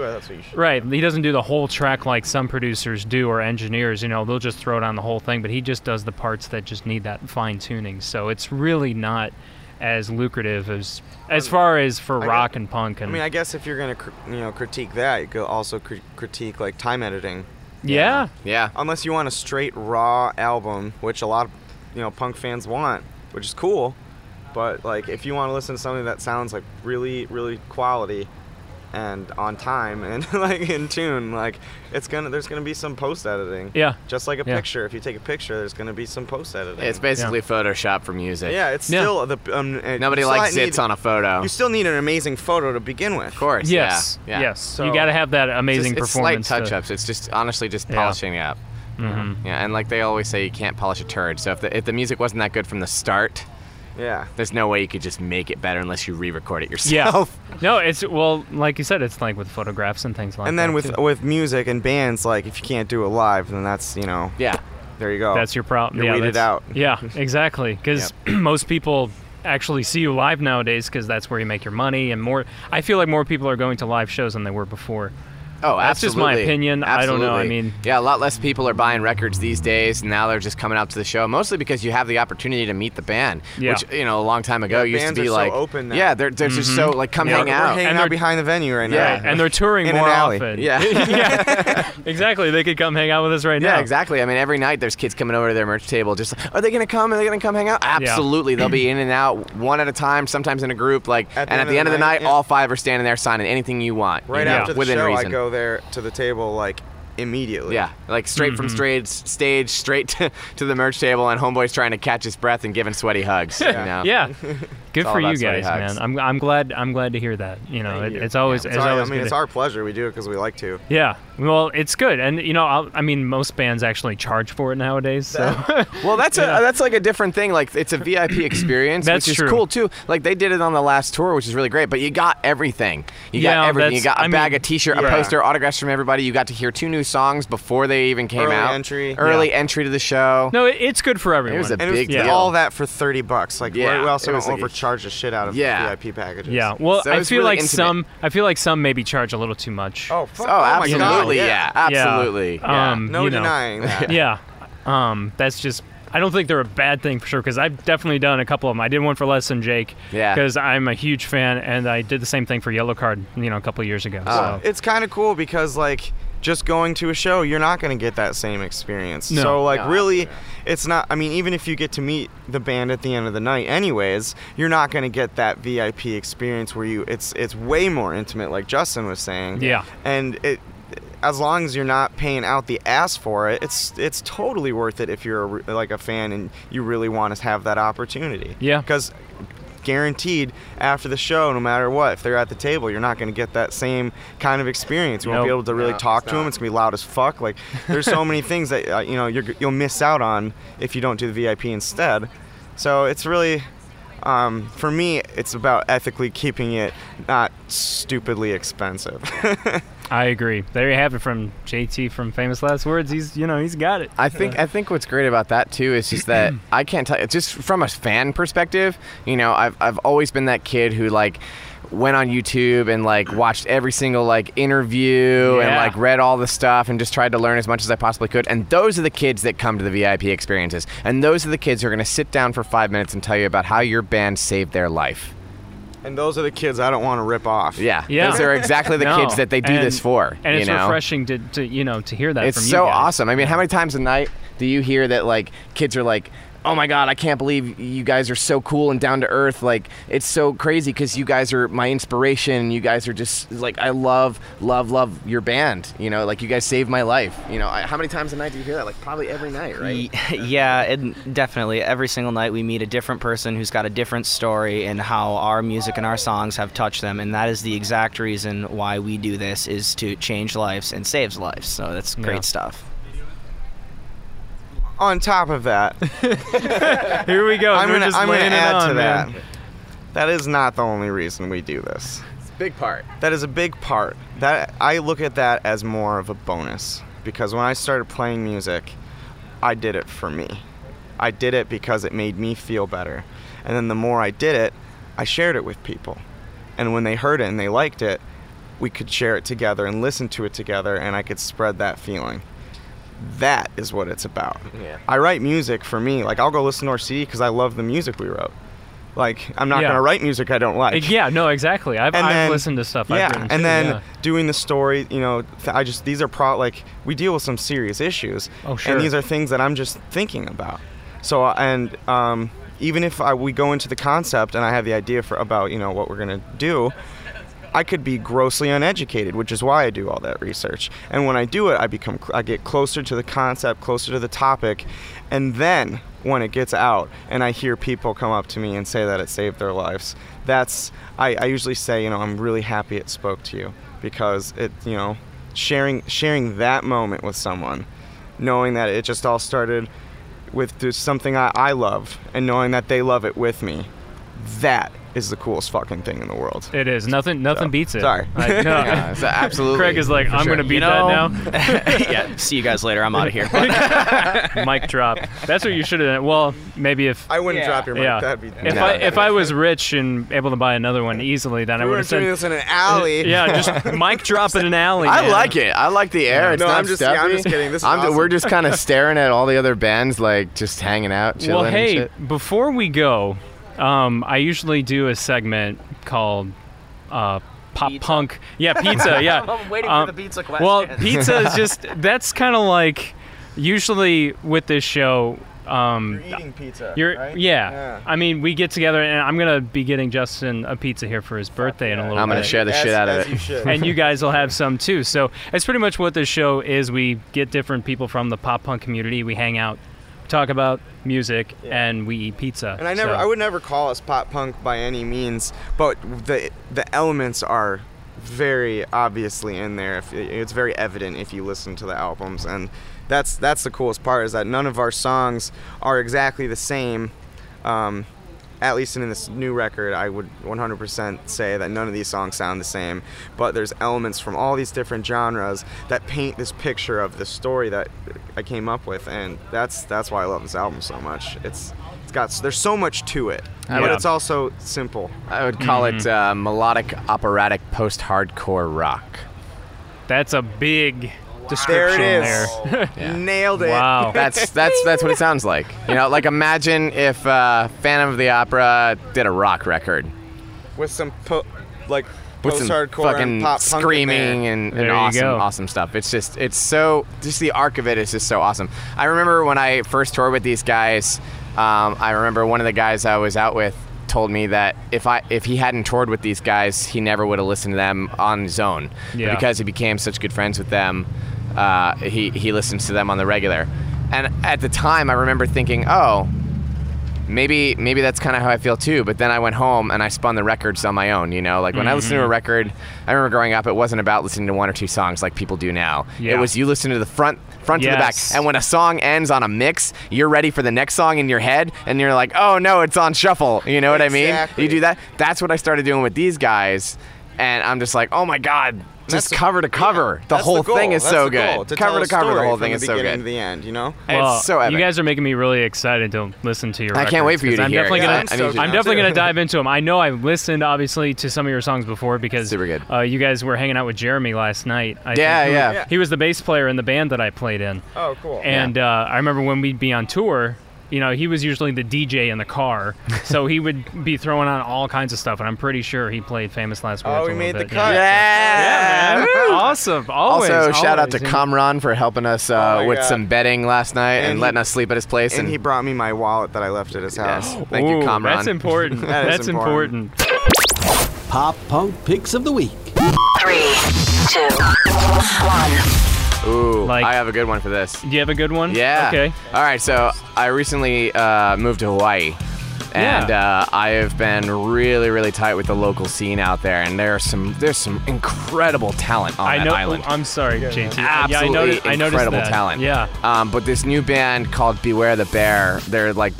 Right, he doesn't do the whole track like some producers do or engineers. You know, they'll just throw it on the whole thing, but he just does the parts that just need that fine tuning. So it's really not as lucrative as as far as for
I
rock
guess-
and punk and
I mean, I guess if you're gonna cr- you know critique that, you could also cr- critique like time editing.
yeah,
Yeah.
Unless you want a straight raw album, which a lot of you know punk fans want, which is cool. But like, if you want to listen to something that sounds like really, really quality, and on time and like in tune, like it's gonna there's gonna be some post editing.
yeah.
Just like a
Yeah.
picture, if you take a picture, there's gonna be some post editing.
It's basically Photoshop for music.
yeah, it's
Yeah.
still the um, uh,
Nobody
you
likes
still
zits
need-
on a photo.
You
Of
still need an amazing photo to begin with.
course. yeah,
Yes,
Yeah.
yes. you
So-
got to have that amazing
it's, just- it's slight
performance. to-
touch-ups. It's just honestly just
Yeah.
polishing it up.
Mhm.
Yeah, and like they always say, you can't polish a turd. So if the, if the music wasn't that good from the start,
Yeah.
there's no way you could just make it better unless you re-record it
Yeah.
yourself.
No, it's well, like you said, it's like with photographs and things like
And
that.
then with
too.
with music and bands, like if you can't do it live, then that's you know
Yeah.
there you go.
that's your problem.
Oh, You're
yeah,
weeded
that's-
out.
Yeah, exactly. Because most people actually see you live nowadays because that's where you make your money and more. I feel like more people are going to live shows than they were before.
Oh,
That's just my
absolutely.
opinion. I don't know, I
Absolutely.
mean-
yeah, a lot less people are buying records these days. and Now they're just coming out to the show, mostly because you have the opportunity to meet the band,
Yeah.
which you know a long time ago
Yeah,
used to
bands
be
are so
like
open now.
Yeah, they're, they're just so like come
Mm-hmm. Yeah.
hang
We're
out.
hanging
And
out
they're-
behind the venue right now.
Yeah.
And they're touring
In an
more
alley.
often.
yeah.
yeah, exactly. They could come hang out with us right now.
Yeah, exactly. I mean, every night there's kids coming over to their merch table. Just like, are they gonna come? Are they gonna come hang out? Absolutely. They'll be in and out, one at a time, sometimes in a group. Like,
At the
and
end
at the end of the night,
yeah.
all five are standing there signing anything you want.
Right
you know,
after the
within
show,
reason.
I go go there to the table like immediately.
Yeah, like straight from
Mm-hmm.
straight stage, straight to, to the merch table, and homeboy's trying to catch his breath and giving sweaty hugs. you know?
Yeah, good
all
for
about
you
sweaty
guys,
hugs.
man. I'm, I'm glad I'm glad to hear that. You know, it,
you.
it's always
It's
it's
our- I
always
mean,
good
it's
to-
our pleasure. We do it because we like to.
Yeah, well, it's good, and you know, I'll, I mean, most bands actually charge for it nowadays. So
Well, that's a that's like a different thing. Like it's a VIP experience,
That's
which is
true.
cool too. Like they did it on the last tour, which is really great. But you got everything. You
Yeah,
got everything. You
that's-
got a
I
bag,
mean,
a T-shirt, a
yeah.
poster, autographs from everybody. You got to hear two new songs before they even came
Early
out.
entry.
Early entry to the show.
no, it, it's good for everyone.
was a
And it was
Big deal.
all that for thirty bucks. Like
Yeah,
we're, we also
it
don't
was like a-
overcharge the shit out of
Yeah.
VIP packages.
yeah, well,
So
I
it's
feel
really
like
intimate.
some I feel like some maybe charge a little too much.
Oh, fuck.
Oh,
my God,
absolutely. yeah.
Yeah.
Absolutely. yeah.
Um,
No
you know.
denying that.
yeah um that's just i don't think they're a bad thing for sure because i've definitely done a couple of them i did one for less than jake
Yeah.
because i'm a huge fan and i did the same thing for yellow card you know a couple of years ago
Oh.
so
it's kind of cool because like just going to a show you're not going to get that same experience
No.
so like
No,
really it's not i mean even if you get to meet the band at the end of the night anyways you're not going to get that vip experience where you it's it's way more intimate like justin was saying
Yeah.
and it as long as you're not paying out the ass for it it's it's totally worth it if you're a, re- like a fan and you really want to have that opportunity
Yeah.
because guaranteed after the show no matter what if they're at the table you're not going to get that same kind of experience you won't be
Nope.
able to really
No,
talk
it's
to them
not.
it's going to be loud as fuck like there's so many things that uh, you know you're, g- you'll miss out on if you don't do the vip instead so it's really um, for me it's about ethically keeping it not stupidly expensive
i agree there you have it from jt from famous last words he's you know he's got it
I think I think what's great about that too is just that I can't tell. It's just from a fan perspective. You know, I've I've always been that kid who like went on YouTube and like watched every single like interview and
Yeah.
like read all the stuff and just tried to learn as much as I possibly could. And those are the kids that come to the VIP experiences. And those are the kids who are going to sit down for 5 minutes and tell you about how your band saved their life.
and those are the kids i don't want to rip off
Yeah.
Yeah.
Those are exactly the
No.
kids that they do this
And-
for,
and
you
it's
know?
refreshing to, to you know to hear that
It's
from
so
you guys.
awesome. I mean, how many times a night do you hear that like kids are like, "Oh my god, I can't believe you guys are so cool and down to earth." Like, it's so crazy cuz you guys are my inspiration. You guys are just like I love love love your band, you know? Like you guys saved my life. You know, I, how many times a night do you hear that? Like probably every night, right?
Y- yeah, and definitely. Every single night we meet a different person who's got a different story and how our music and our songs have touched them, and that is the exact reason why we do this is to change lives and saves lives. So that's great
Yeah.
stuff.
on top of that
here we go
i'm
We're
going to
just
i'm going
laying
to
it
add to
on,
that
man.
that is not the only reason we do this
It's a big part.
that is a big part that i look at that as more of a bonus because when i started playing music i did it for me i did it because it made me feel better and then the more i did it i shared it with people and when they heard it and they liked it we could share it together and listen to it together and i could spread that feeling that is what it's about
Yeah.
i write music for me like i'll go listen to our cd because i love the music we wrote like i'm not
Yeah.
gonna write music i don't like
yeah no exactly i've,
and
I've
then-
listened to stuff I've
Yeah,
written
and
too,
then
yeah.
doing the story, you know, th- I just these are pro like we deal with some serious issues,
Oh, sure.
and these are things that I'm just thinking about. So uh, and um, even if I, we go into the concept and I have the idea for about you know what we're gonna do, I could be grossly uneducated, which is why I do all that research. And when I do it, I become I get closer to the concept, closer to the topic, and then when it gets out and I hear people come up to me and say that it saved their lives, that's I, I usually say, you know, I'm really happy it spoke to you because it, you know, sharing sharing that moment with someone, knowing that it just all started with just something I, I love and knowing that they love it with me, that is the coolest fucking thing in the world.
it is nothing nothing
So,
beats it
sorry.
I, no,
Yeah, so absolutely.
Craig is like,
For
I'm
sure.
gonna beat
You know-
that
yeah. See you guys later. I'm out of here.
now. Mic drop. That's what you should have. done. Well, maybe if
I wouldn't
Yeah.
drop your mic.
yeah,
That'd be.
if
No.
I if I was rich and able to buy another one easily, then I
we
would
were
have
doing
said,
this in an alley.
yeah, just mic drop in an alley.
I
man.
like it. I like the air. It's
No,
not
I'm just- yeah, I'm
stuffy.
just kidding. This is
I'm ju-
awesome.
We're just kind of staring at all the other bands, like just hanging out, chilling.
Well,
and
hey,
shit.
before we go, um, I usually do a segment called uh, pop
Pizza.
punk. Yeah, pizza. Yeah.
I'm waiting for
Um,
the pizza question.
Well, pizza is just that's kind of like usually with this show. Um,
You're eating pizza.
you're
right?
yeah. I mean, we get together, and I'm gonna be getting Justin a pizza here for his birthday in a little.
I'm gonna
bit.
share the
As-
shit out
as
of
you
it.
should.
and you guys will have some too. So it's pretty much what this show is. We get different people from the pop punk community. We hang out, talk about music,
Yeah.
and we eat pizza.
And I never,
So-
I would never call us pop punk by any means, but the the elements are very obviously in there. If it's very evident if you listen to the albums, and that's that's the coolest part is that none of our songs are exactly the same. Um, at least in this new record, I would 100% say that none of these songs sound the same, but there's elements from all these different genres that paint this picture of the story that I came up with, and that's that's why I love this album so much. It's it's got there's so much to it,
I
but
would-
it's also simple.
I would call it uh, melodic operatic post-hardcore rock.
That's a big
There it
description
is,
Yeah.
nailed it.
Wow.
That's that's that's what it sounds like. You know, like imagine if uh, Phantom of the Opera did a rock record
with some po- like
with some
post-hardcore
fucking
and pop punk in there.
screaming and,
There
and
you
awesome,
go.
awesome stuff. It's just it's so just the arc of it is just so awesome. I remember when I first toured with these guys. Um, I remember one of the guys I was out with told me that if I if he hadn't toured with these guys, he never would have listened to them on his own. But
Yeah.
because he became such good friends with them, uh, he he listens to them on the regular. And at the time, I remember thinking, oh, maybe maybe that's kind of how I feel too. But then I went home and I spun the records on my own. You know, like when I listened to
Mm-hmm.
a record, I remember growing up, it wasn't about listening to one or two songs like people do now.
Yeah.
It was you listen to the front front to the back,
Yes.
and when a song ends on a mix, you're ready for the next song in your head, and you're like, oh no, it's on shuffle. You know what I mean?
Exactly.
You do that. That's what I started doing with these guys, and I'm just like, oh my god. Just
That's-
cover to cover, the
That's
whole
goal.
thing is
That's
so
the goal,
good.
to
cover to
tell a
cover, the
story
whole
from
thing
the
is so
beginning
good.
to the end, you know.
And
Well,
it's so epic.
you guys are making me really excited to listen to your.
I can't wait for you to
records, 'cause I'm
hear it,
Definitely
'cause I-
gonna,
I need you to
I'm
know.
definitely going to dive into them. I know I've listened, obviously, to some of your songs before because
Super good.
Uh, you guys were hanging out with Jeremy last night. I
Yeah,
think, who-
yeah.
He was the bass player in the band that I played in.
Oh, cool.
And uh, I remember when we'd be on tour, you know, he was usually the DJ in the car, so he would be throwing on all kinds of stuff. And I'm pretty sure he played "Famous Last Words." a
Oh, we
little
made the
bit,
cut.
Yeah.
Yeah,
Yeah, man. awesome. Always.
Also, shout out
always,
to
yeah.
Kamran for helping us
Oh
uh,
my
with
God.
some bedding last night and,
And he-
letting us sleep at his place. And,
and he brought me my wallet that I left at his house.
thank you,
Ooh,
Kamran.
That's important.
That is
that's
important.
important.
Pop Punk Picks of the Week.
Three, two, one.
Ooh,
Like-
I have a good one for this.
Do you have a good one?
Yeah.
Okay.
All right. So I recently uh, moved to Hawaii, and uh, I have been really, really tight with the local scene out there. And there's some there's some incredible talent on
I
that
know.
island.
I'm sorry, JT. yeah, I
Absolutely
noticed, I noticed
incredible
that.
talent.
Yeah.
Um, but this new band called Beware the Bear, they're like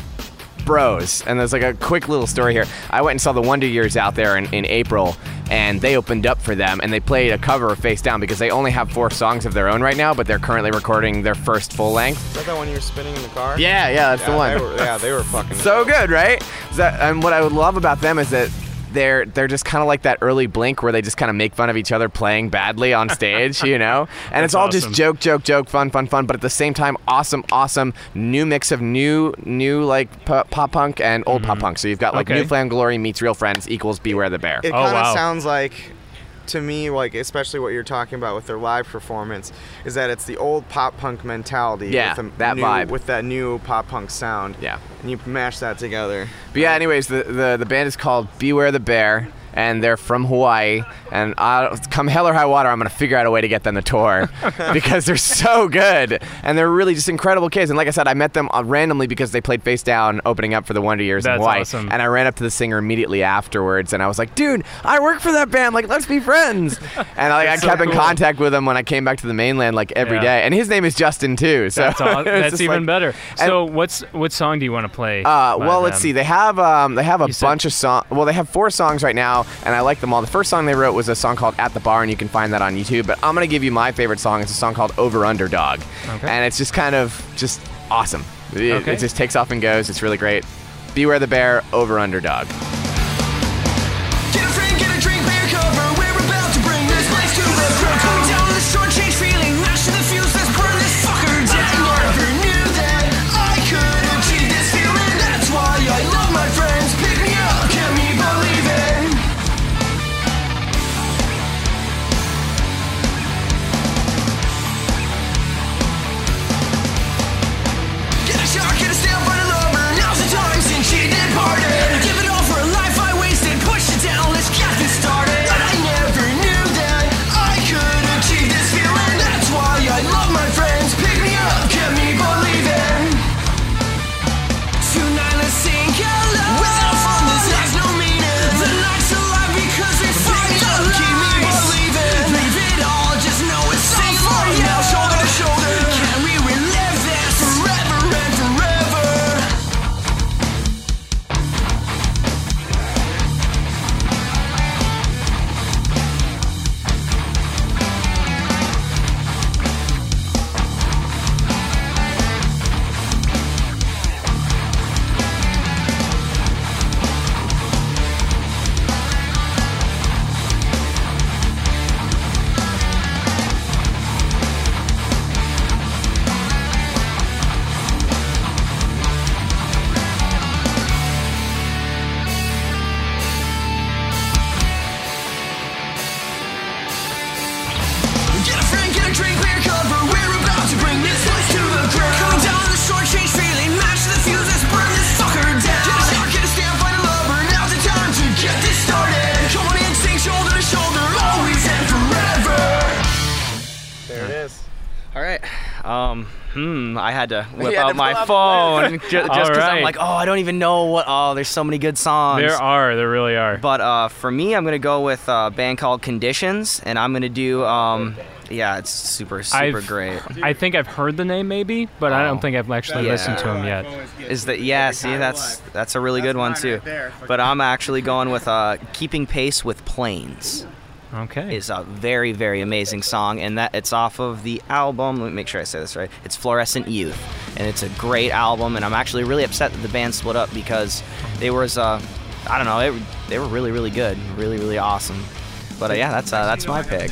bros. And there's like a quick little story here. I went and saw the Wonder Years out there in, in April, and they opened up for them, and they played a cover of Face Down because they only have four songs of their own right now, but they're currently recording their first full length.
Is that that one you were spinning in the car?
Yeah, yeah, that's
Yeah,
the one.
They were, yeah, they were fucking
so good, right? Is that- and what I would love about them is that they're they're just kind of like that early Blink where they just kind of make fun of each other playing badly on stage, you know. And it's all just
awesome.
joke, joke, joke, fun, fun, fun. But at the same time, awesome, awesome new mix of new, new like p- pop punk and old pop punk. So you've got like
Mm-hmm. Okay.
New Flam Glory meets Real Friends equals Beware the Bear.
It
Oh,
kind of
wow.
sounds like, to me, like especially what you're talking about with their live performance, is that it's the old pop punk mentality.
Yeah,
with the
that
new,
vibe.
with that new pop punk sound.
Yeah.
and you mash that together.
But yeah, anyways, the, the, the band is called Beware the Bear, and they're from Hawaii. And I, come hell or high water, I'm gonna figure out a way to get them to tour because they're so good and they're really just incredible kids. And like I said, I met them uh, randomly because they played Face Down opening up for the Wonder Years in
That's
Hawaii.
awesome.
And I ran up to the singer immediately afterwards, and I was like, "Dude, I work for that band. Like, let's be friends." And I, I
That's so
kept in
cool.
contact with him when I came back to the mainland, like every
Yeah.
day. And his name is Justin too. So
That's,
it's
aw- uh, that's
just
even
like-
better.
and-
So, what's what song do you want to play?
uh,
by
well, let's
them?
see. They have um, they have a
You said-
bunch of songs. Well, they have four songs right now, and I like them all. The first song they wrote was a song called "At the Bar," and you can find that on YouTube. But I'm gonna give you my favorite song. It's a song called "Over Underdog," and it's just kind of just awesome. It,
Okay.
it just takes off and goes. It's really great. Beware the bear, over underdog.
Get a friend, get a drink, beer cover. We're about to bring this place to the ground. Come down to the shortchange feeling, mash to the fuse, let's burn this fucker down. I never knew that I could achieve this feeling. That's why I love my friends. Pick me up, can me believe it? Get a shot, get a stamp,
it is.
All right. Um, hmm. I had to
had
whip out
to pull
my
out the
phone ju- just because
Alright.
I'm like, oh, I don't even know what. Oh, there's so many good songs.
There are, there really are.
But uh, for me, I'm gonna go with uh, a band called Conditions, and I'm gonna do. Um, yeah, it's super super
I've-
great.
I think I've heard the name maybe, but I don't
Oh.
think I've actually
Yeah.
listened to him yet.
Is that yeah? See, that's that's a really
That's
good one
mine
too.
right there.
But I'm actually going with uh, "Keeping Pace with Planes."
Okay.
is a very very amazing song, and that it's off of the album. Let me make sure I say this right. It's Fluorescent Youth, and it's a great album. And I'm actually really upset that the band split up because they was uh, I don't know, it, they were really really good, really really awesome. But uh, yeah, that's uh, that's my pick.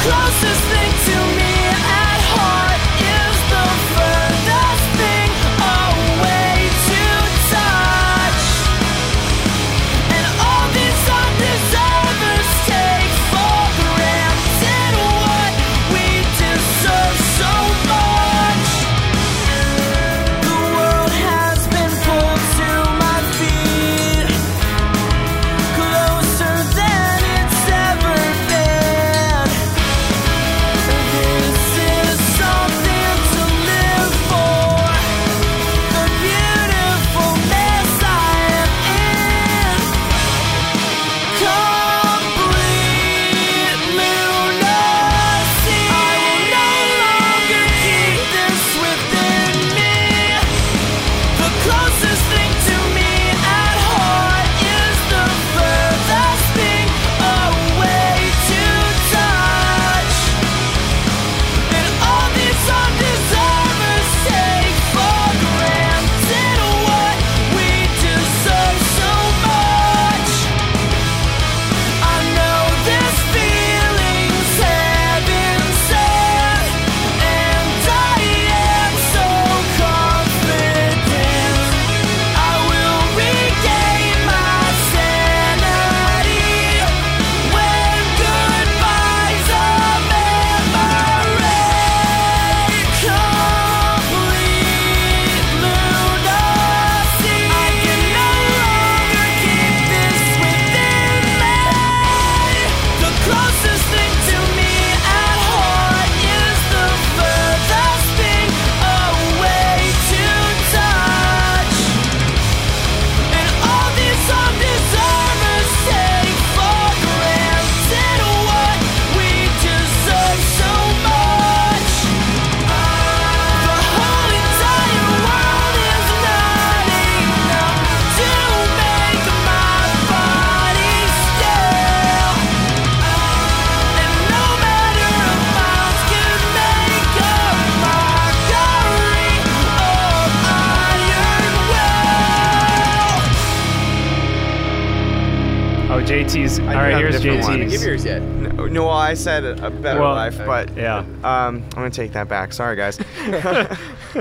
Closest thing to me at heart is the furthest thing away to touch. And all these undeservers take for granted what we deserve so much. The world has been pulled to my feet, closer than it's ever been. This is something to live for. The beautiful mess I am in. Complete lunacy. I will no longer keep this within me. The closest thing to me at heart is the furthest thing away to touch. And all these undeservers take for granted what we deserve so much. I know this feeling's heaven sent, and I am so confident I will regain my sanity when goodbyes are memory. Complete lunacy. I can no longer keep this within me. The closest thing to me at heart is the furthest thing away to touch. And all these undeservers take for granted what we deserve so much. The whole entire world is not enough to make my body still. And no matter amounts can make a mockery of iron will.
Oh, JT's. All right,
have a
here's
different one.
JT's.
Give
yours yet?
No, no, well, I said a better
Well,
life, but
yeah.
um, I'm gonna take that back. Sorry, guys. uh,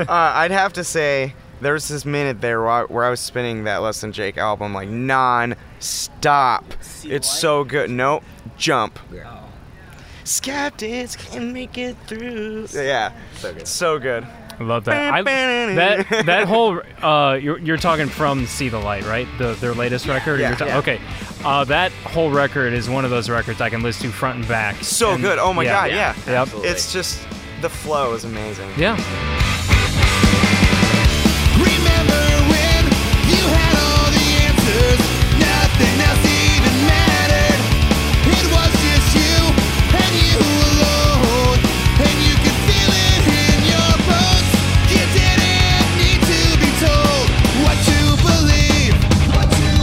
I'd have to say there was this minute there where I, where I was spinning that Less Than Jake album like non-stop. it's so good. No, jump.
Oh.
Skeptics can make it through. Yeah, so good. So good.
I love that. I, that that whole uh, you're, you're talking from See the Light, right? The, their latest record.
yeah,
You're ta-
yeah.
Okay, uh, that whole record is one of those records I can listen to front and back.
So
And-
good. Oh my god. Yeah.
Yep.
It's just the flow is amazing.
yeah.
Remember when you had all the answers? Nothing else even mattered. It was just you and you alone, and you could feel it in your bones. You didn't need to be told what to believe. What to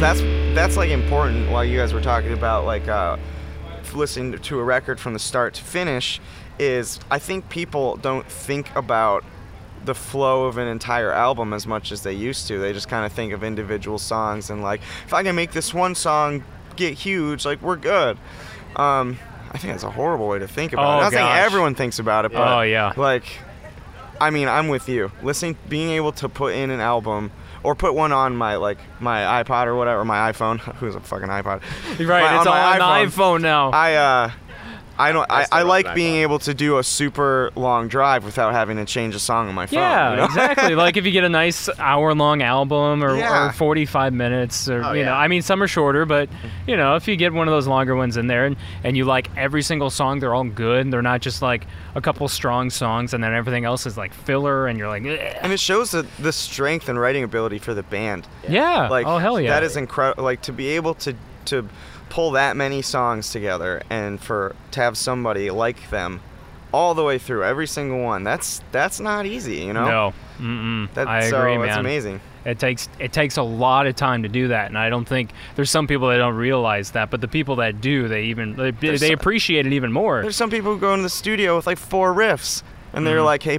that's
Mm-hmm.
that's like important. While you guys were talking about like uh, listening to a record from the start to finish, is I think people don't think about the flow of an entire album as much as they used to. They just kind of think of individual songs and like if I can make this one song get huge, like we're good. Um, I think that's a horrible way to think about it.
Oh,
I'm not
gosh.
saying everyone thinks about it, but
Oh, yeah.
like I mean, I'm with you. Listening, being able to put in an album or put one on my like my iPod or whatever, my iPhone. Who's a fucking iPod?
Right,
My-
it's all
my
on iPhone, now.
I uh, I don't. I,
still
I
have
like
an
being
iPhone.
able to do a super long drive without having to change a song on my phone.
yeah,
you know?
exactly. Like if you get a nice hour-long album or,
Yeah.
or 45 minutes, or
Oh,
you know,
yeah.
I mean, some are shorter, but you know, if you get one of those longer ones in there and, and you like every single song, they're all good. They're not just like a couple strong songs and then everything else is like filler, and you're like, "Ugh."
and it shows the, the strength and writing ability for the band.
yeah,
Like
oh hell yeah,
that is incredible. Like to be able to to pull that many songs together and for to have somebody like them all the way through every single one. That's that's not easy, you know.
no. Mm-mm.
That,
I
so
agree, man.
That's amazing.
It takes it takes a lot of time to do that, and I don't think there's some people that don't realize that, but the people that do, they even they, they appreciate it even more.
There's some people who go into the studio with like four riffs. And
Mm-hmm.
they're like, "Hey,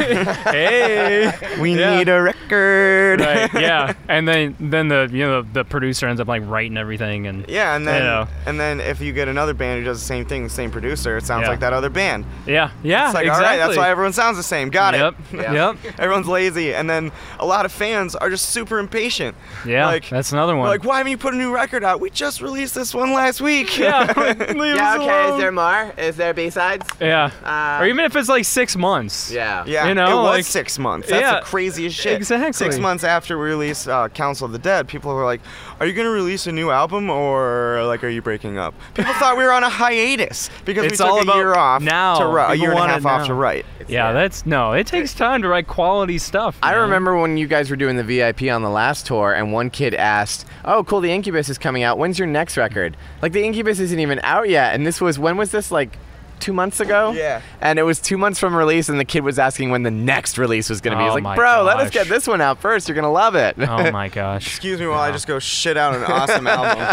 hey,
we
Yeah.
need a record."
right, yeah, and then then the you know the producer ends up like writing everything, and
Yeah, and
You
then
know.
and then if you get another band who does the same thing, the same producer, it sounds
Yeah.
like that other band.
yeah, yeah,
It's like,
exactly.
all right, that's why everyone sounds the same. Got
Yep,
it.
yep,
Everyone's lazy, and then a lot of fans are just super impatient.
yeah.
Like-
that's another one.
Like, why haven't you put a new record out? We just released this one last week.
yeah, leave
Yeah,
us
okay. Is
alone.
there more? Is there B sides?
yeah,
Uh,
or even if it's like six months.
yeah.
Yeah,
You know,
it was
like-
six months. That's
Yeah,
the craziest shit.
exactly.
Six months after we released uh, Council of the Dead, people were like, "Are you gonna release a new album, or like, are you breaking up?" People thought we were on a hiatus because we
It's
took
all
a
about
year off
now.
to write, a
People
year and a
want it
half off
now.
to write.
yeah, that's no. It takes time to write quality stuff.
I
man.
remember when you guys were doing the VIP on the last tour, and one kid asked, "Oh, cool, the Incubus is coming out. When's your next record?" Like the Incubus isn't even out yet, and this was when was this like? Two months ago,
Yeah.
and it was two months from release, and the kid was asking when the next release was gonna be.
Oh
He's
my
like, "Bro, let us
gosh.
get this one out first. You're gonna love it."
Oh my gosh.
Excuse me while I just go shit out an awesome album.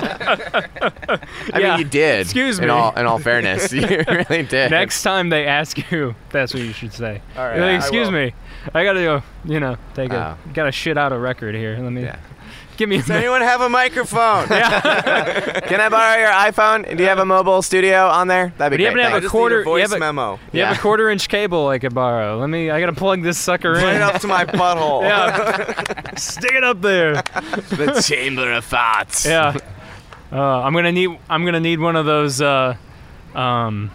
I
Yeah.
mean, you did.
Excuse
In
me.
all, in all fairness, you really did.
Next time they ask you, that's what you should say.
All right,
You're like,
I
Excuse
will." Uh.
me, I gotta go. You know, take a
Oh.
gotta shit out a record here. Let me
Yeah.
give me. A
Does anyone have a microphone?
Can I borrow your iPhone? Do you have a mobile studio on there? That'd
But
be
you
great.
haven't
I
have
thanks.
a
just
quarter.
need a voice
you have a,
memo.
you have a
Yeah.
quarter inch cable I could borrow. Let me. I gotta plug this sucker
Put it
in.
up to my butthole.
Yeah. Stick it up there.
the Chamber of Thoughts.
Yeah. Uh, I'm gonna need. I'm gonna need one of those. Uh, um,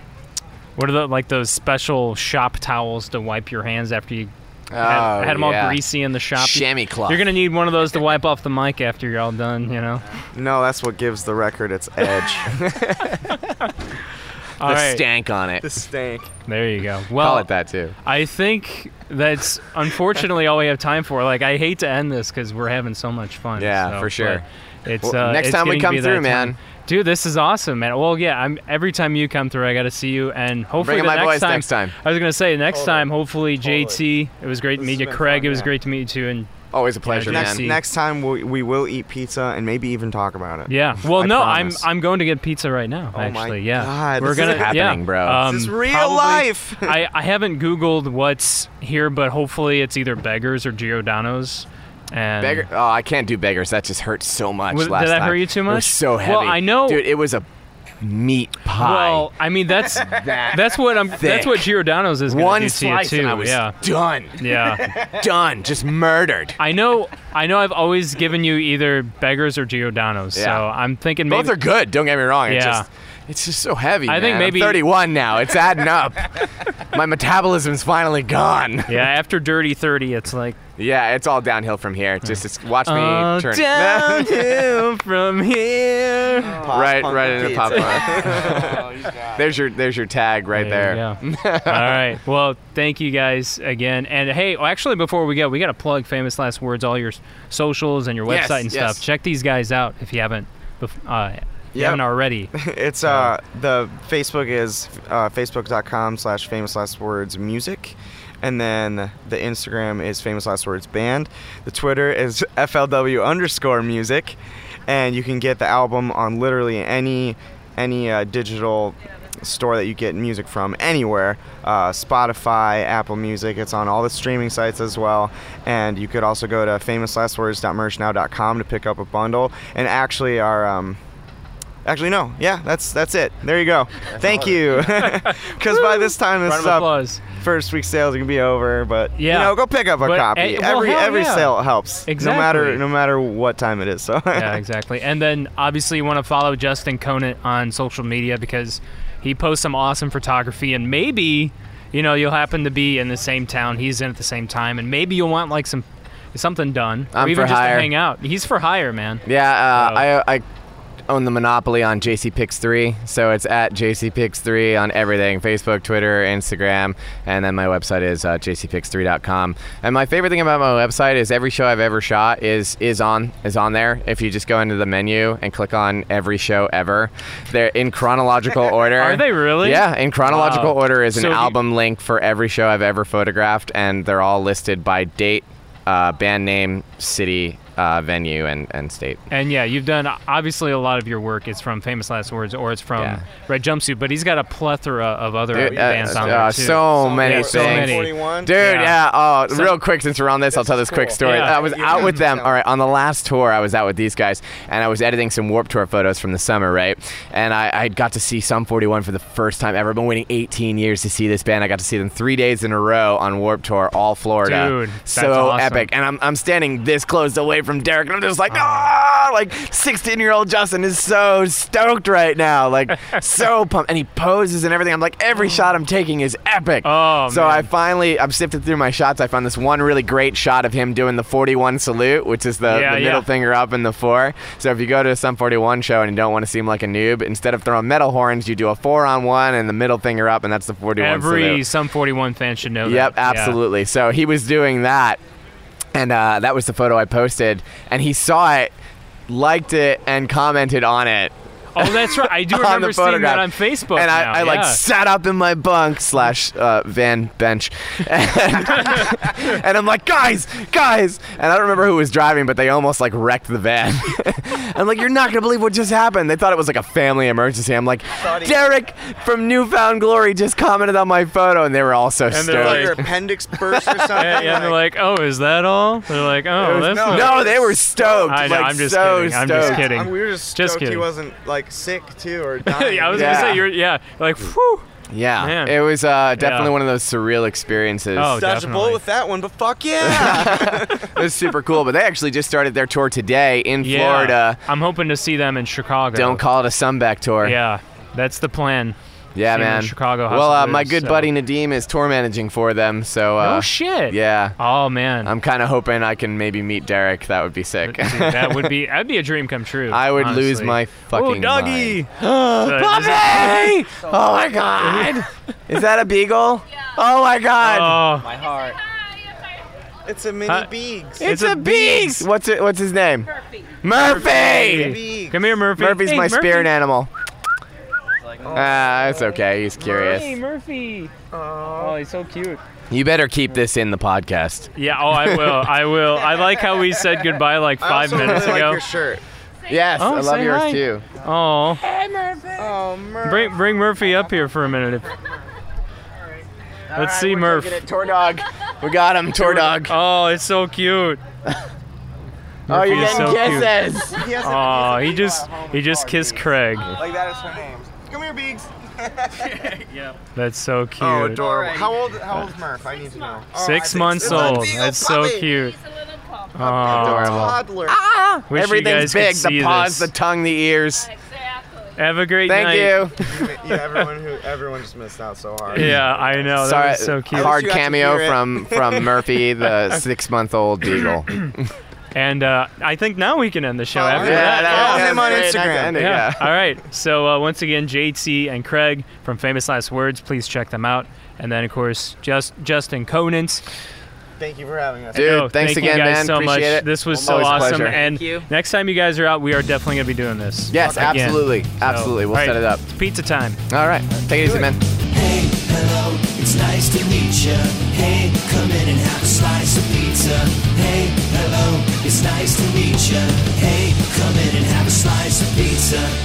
what are the like those special shop towels to wipe your hands after you had,
Oh,
had them all
yeah.
greasy in the shop?
Chamois cloth.
You're gonna need one of those to wipe off the mic after you're all done. You know.
No, that's what gives the record its edge.
All
the
right.
stank on it.
the stank.
There you go. Well,
Call it that too.
I think that's unfortunately all we have time for. Like, I hate to end this because we're having so much fun.
Yeah,
so,
for sure.
but It's
Well,
uh,
next
it's
time we
getting to
come
be that
through,
time.
man.
Dude, this is awesome, man. Well, yeah, I'm every time you come through, I got to see you, and hopefully
bringing my
the next
boys
time,
next time.
I was gonna say next time, hopefully JT. It was great
This
to meet
has
you,
been
Craig.
fun,
it was
yeah.
great to meet you too, and
Always a pleasure,
Yeah,
Next,
Nancy.
man.
next time we, we will eat pizza and maybe even talk about it.
yeah. Well,
I
no,
promise.
I'm I'm going to get pizza right now.
Oh my
actually, yeah,
God,
we're
this is
gonna yeah,
happening, bro.
Um,
This is real
probably-
life.
I, I haven't Googled what's here, but hopefully it's either Beggars or Giordano's. And
Beggar, oh, I can't do beggars. That just hurts so much.
Was-
last
did that
time.
hurt you too
It
much?
was so
Well,
heavy.
I know-
dude. It was a meat pie.
Well, I mean that's that's what I'm. That's what Giordano's is going to do
one
to you
slice
too.
and I was
yeah,
done,
yeah.
done, just murdered.
I know. I know. I've always given you either beggars or Giordano's. So
Yeah.
I'm thinking maybe.
Both are good. Don't get me wrong. It
Yeah.
just, it's just so heavy.
I
man.
think
I'm
maybe-
31 now. It's adding up. My metabolism's finally gone.
yeah, after Dirty Thirty, it's like
Yeah, it's all downhill from here. Just it's, watch me
uh,
turn.
downhill from here.
right,
Pop
right
punk
into the
pizza.
popcorn. there's your there's your tag right there.
you go. All right. Well, thank you guys again. And hey, well, actually, before we go, we got to plug Famous Last Words, all your s- socials and your website
Yes,
and
yes.
stuff. Check these guys out if you haven't. bef- Uh, you
Yep.
haven't already.
it's uh the Facebook is uh, facebook.com slash famous last words music, and then the Instagram is famous last words band. The Twitter is flw underscore music, and you can get the album on literally any any uh, digital store that you get music from anywhere uh, spotify apple music it's on all the streaming sites as well and you could also go to famouslastwords.merchnow.com to pick up a bundle and actually our um, Actually, no. Yeah, that's that's it. There you go. Thank you. Because by this time, this
Round
is
of
up.
applause.
First week's sales are gonna be over, but
Yeah.
you know, go pick up a
But,
copy.
eh, well,
every
hell
every
yeah.
sale helps. No matter
Exactly.
no matter what time it is. So
yeah, exactly. And then obviously you want to follow Justin Conant on social media because he posts some awesome photography and maybe, you know, you'll happen to be in the same town he's in at the same time and maybe you'll want like some something done
I'm
or even
for
just
hire.
to hang out. He's for hire, man.
Yeah, uh,
So-
I, I own the monopoly on JCPix3, so it's at JCPix3 on everything Facebook, Twitter, Instagram, and then my website is uh, jcpix3.com. And my favorite thing about my website is every show I've ever shot is is on is on there. If you just go into the menu and click on every show ever, they're in chronological order.
Are they really?
Yeah, in chronological
Wow.
order is an
Uh, So if you-
album link for every show I've ever photographed, and they're all listed by date, uh, band name, city, uh, venue, and, and state.
And yeah, you've done obviously a lot of your work is from Famous Last Words or it's from
Yeah.
Red Jumpsuit, but he's got a plethora of other
Dude, uh,
bands on
uh,
there too.
so many
yeah,
things.
so many.
Dude,
Yeah.
yeah. Oh, real quick, since we're on this, I'll tell this quick story.
Yeah.
I was out with them. All right, on the last tour, I was out with these guys, and I was editing some Warp Tour photos from the summer, right? And I, I got to see Sum 41 for the first time ever. I've been waiting 18 years to see this band. I got to see them three days in a row on Warp Tour, all Florida.
Dude, that's
so
awesome.
epic. And I'm, I'm standing this close away from Derek, and I'm just like, ah, like 16 year old Justin is so stoked right now, like so pumped. And he poses and everything. I'm like, every shot I'm taking is epic.
Oh,
so
man.
I finally, I'm sifting through my shots. I found this one really great shot of him doing the 41 salute, which is the,
Yeah,
the middle
yeah.
finger up and the four. So if you go to a Sum 41 show and you don't want to seem like a noob, instead of throwing metal horns, you do a four on one and the middle finger up, and that's the 41 salute.
Every Sum 41 fan should know
Yep,
that. Yeah.
absolutely. So he was doing that, and uh, that was the photo I posted, and he saw it, liked it, and commented on it.
Oh, that's right. I do
on the
remember seeing
photograph.
that on Facebook.
and I,
now.
I like
yeah.
sat up in my bunk slash uh, van bench, and, and I'm like, guys, guys, and I don't remember who was driving, but they almost like wrecked the van. I'm like, you're not gonna believe what just happened. They thought it was like a family emergency. I'm like, Derek from Newfound Glory just commented on my photo, and they were all so
they're
stoked.
like-
Your appendix burst or something.
Yeah, yeah, they're like, oh, is that all? They're like, oh, that's
no.
not-
No, they were stoked.
I know,
like,
I'm just
so
kidding. I'm
Stoked.
just kidding.
I'm- we were just
Just
stoked he
kidding.
wasn't like sick too or dying.
yeah, I was
Yeah.
gonna say you're, yeah, like, whew.
Yeah,
Man.
it was uh, definitely
Yeah.
one of those surreal experiences.
Oh,
dodged a
Definitely.
bullet with that one, but fuck yeah.
it was super cool. But they actually just started their tour today in
Yeah.
Florida.
I'm hoping to see them in Chicago.
Don't call it a sunback tour.
Yeah, that's the plan.
yeah,
see 'em in
man.
Chicago House
well,
of
uh, my
Blues,
good
so-
buddy Nadim is tour managing for them, so uh,
oh shit.
yeah.
Oh man.
I'm kind of hoping I can maybe meet Derek. That would be sick.
Dude, that would be that'd be a dream come true.
I would
honestly.
lose my
Oh,
fucking
doggy.
mind.
So,
Puppy!
this-
Oh my god! Is that a beagle? Oh my god!
Oh,
My heart.
it's a mini
Huh?
It's,
beegs.
Oh, It's
a,
a
beast. What's it? What's his name? Murphy. Murphy.
Beegs.
come here, Murphy.
Murphy's
Hey,
my
Murphy.
spirit animal. Ah, it's okay. He's
Hey,
curious.
Murphy. Oh, he's so cute.
You better keep this in the podcast.
Yeah. Oh, I will. I will. I like how we said goodbye like
I
five
also really
minutes
like
ago.
your shirt.
Yes,
Oh,
I love
say
yours
hi.
too.
Oh.
Oh, Murph.
Bring bring Murphy up here for a minute. If- Let's see Murph.
Tour dog. We got him. Tour dog.
Oh, it's so cute.
Oh, you're
Murphy is
getting kisses.
He has a-
Oh, he just he just kissed Craig.
like that is her name. Come here, Beegs.
That's so cute.
Oh, adorable. How old? How old's Murph? I need to know. Oh, I
Uh, Six
think
months
it's a
old.
beagle
That's so
puppy.
cute. Oh,
Adorable.
Toddler.
wish
Everything's
you
big.
guys could
The
see
paws,
this.
the tongue, the ears.
Have a great
Thank
night.
you.
yeah, everyone who everyone just missed out so hard.
Yeah, I know. Oh, That
Sorry,
was so cute.
hard
you got to hear
cameo
it.
from from Murphy, the six-month-old beagle.
And uh, I think now we can end the show after
Oh, Yeah,
that.
that-
Follow him on
that's great.
Instagram.
End it,
Yeah.
Yeah.
All right. So uh, once again, JT and Craig from Famous Last Words. Please check them out. And then of course, just Justin Conant.
Thank you for having us.
Dude,
No,
thanks
thank
again,
you guys
man.
so
Appreciate
much.
it.
This was
Always a
so awesome.
pleasure.
And
you.
next time you guys are out, we are definitely gonna be doing this.
Yes,
Again.
absolutely.
So,
Absolutely. We'll
all
set
right,
it up.
It's pizza time.
All right. Take it easy, man.
Hey, hello, it's nice to meet ya. Hey, come in and have a slice of pizza. Hey, hello, it's nice to meet ya. Hey, come in and have a slice of pizza.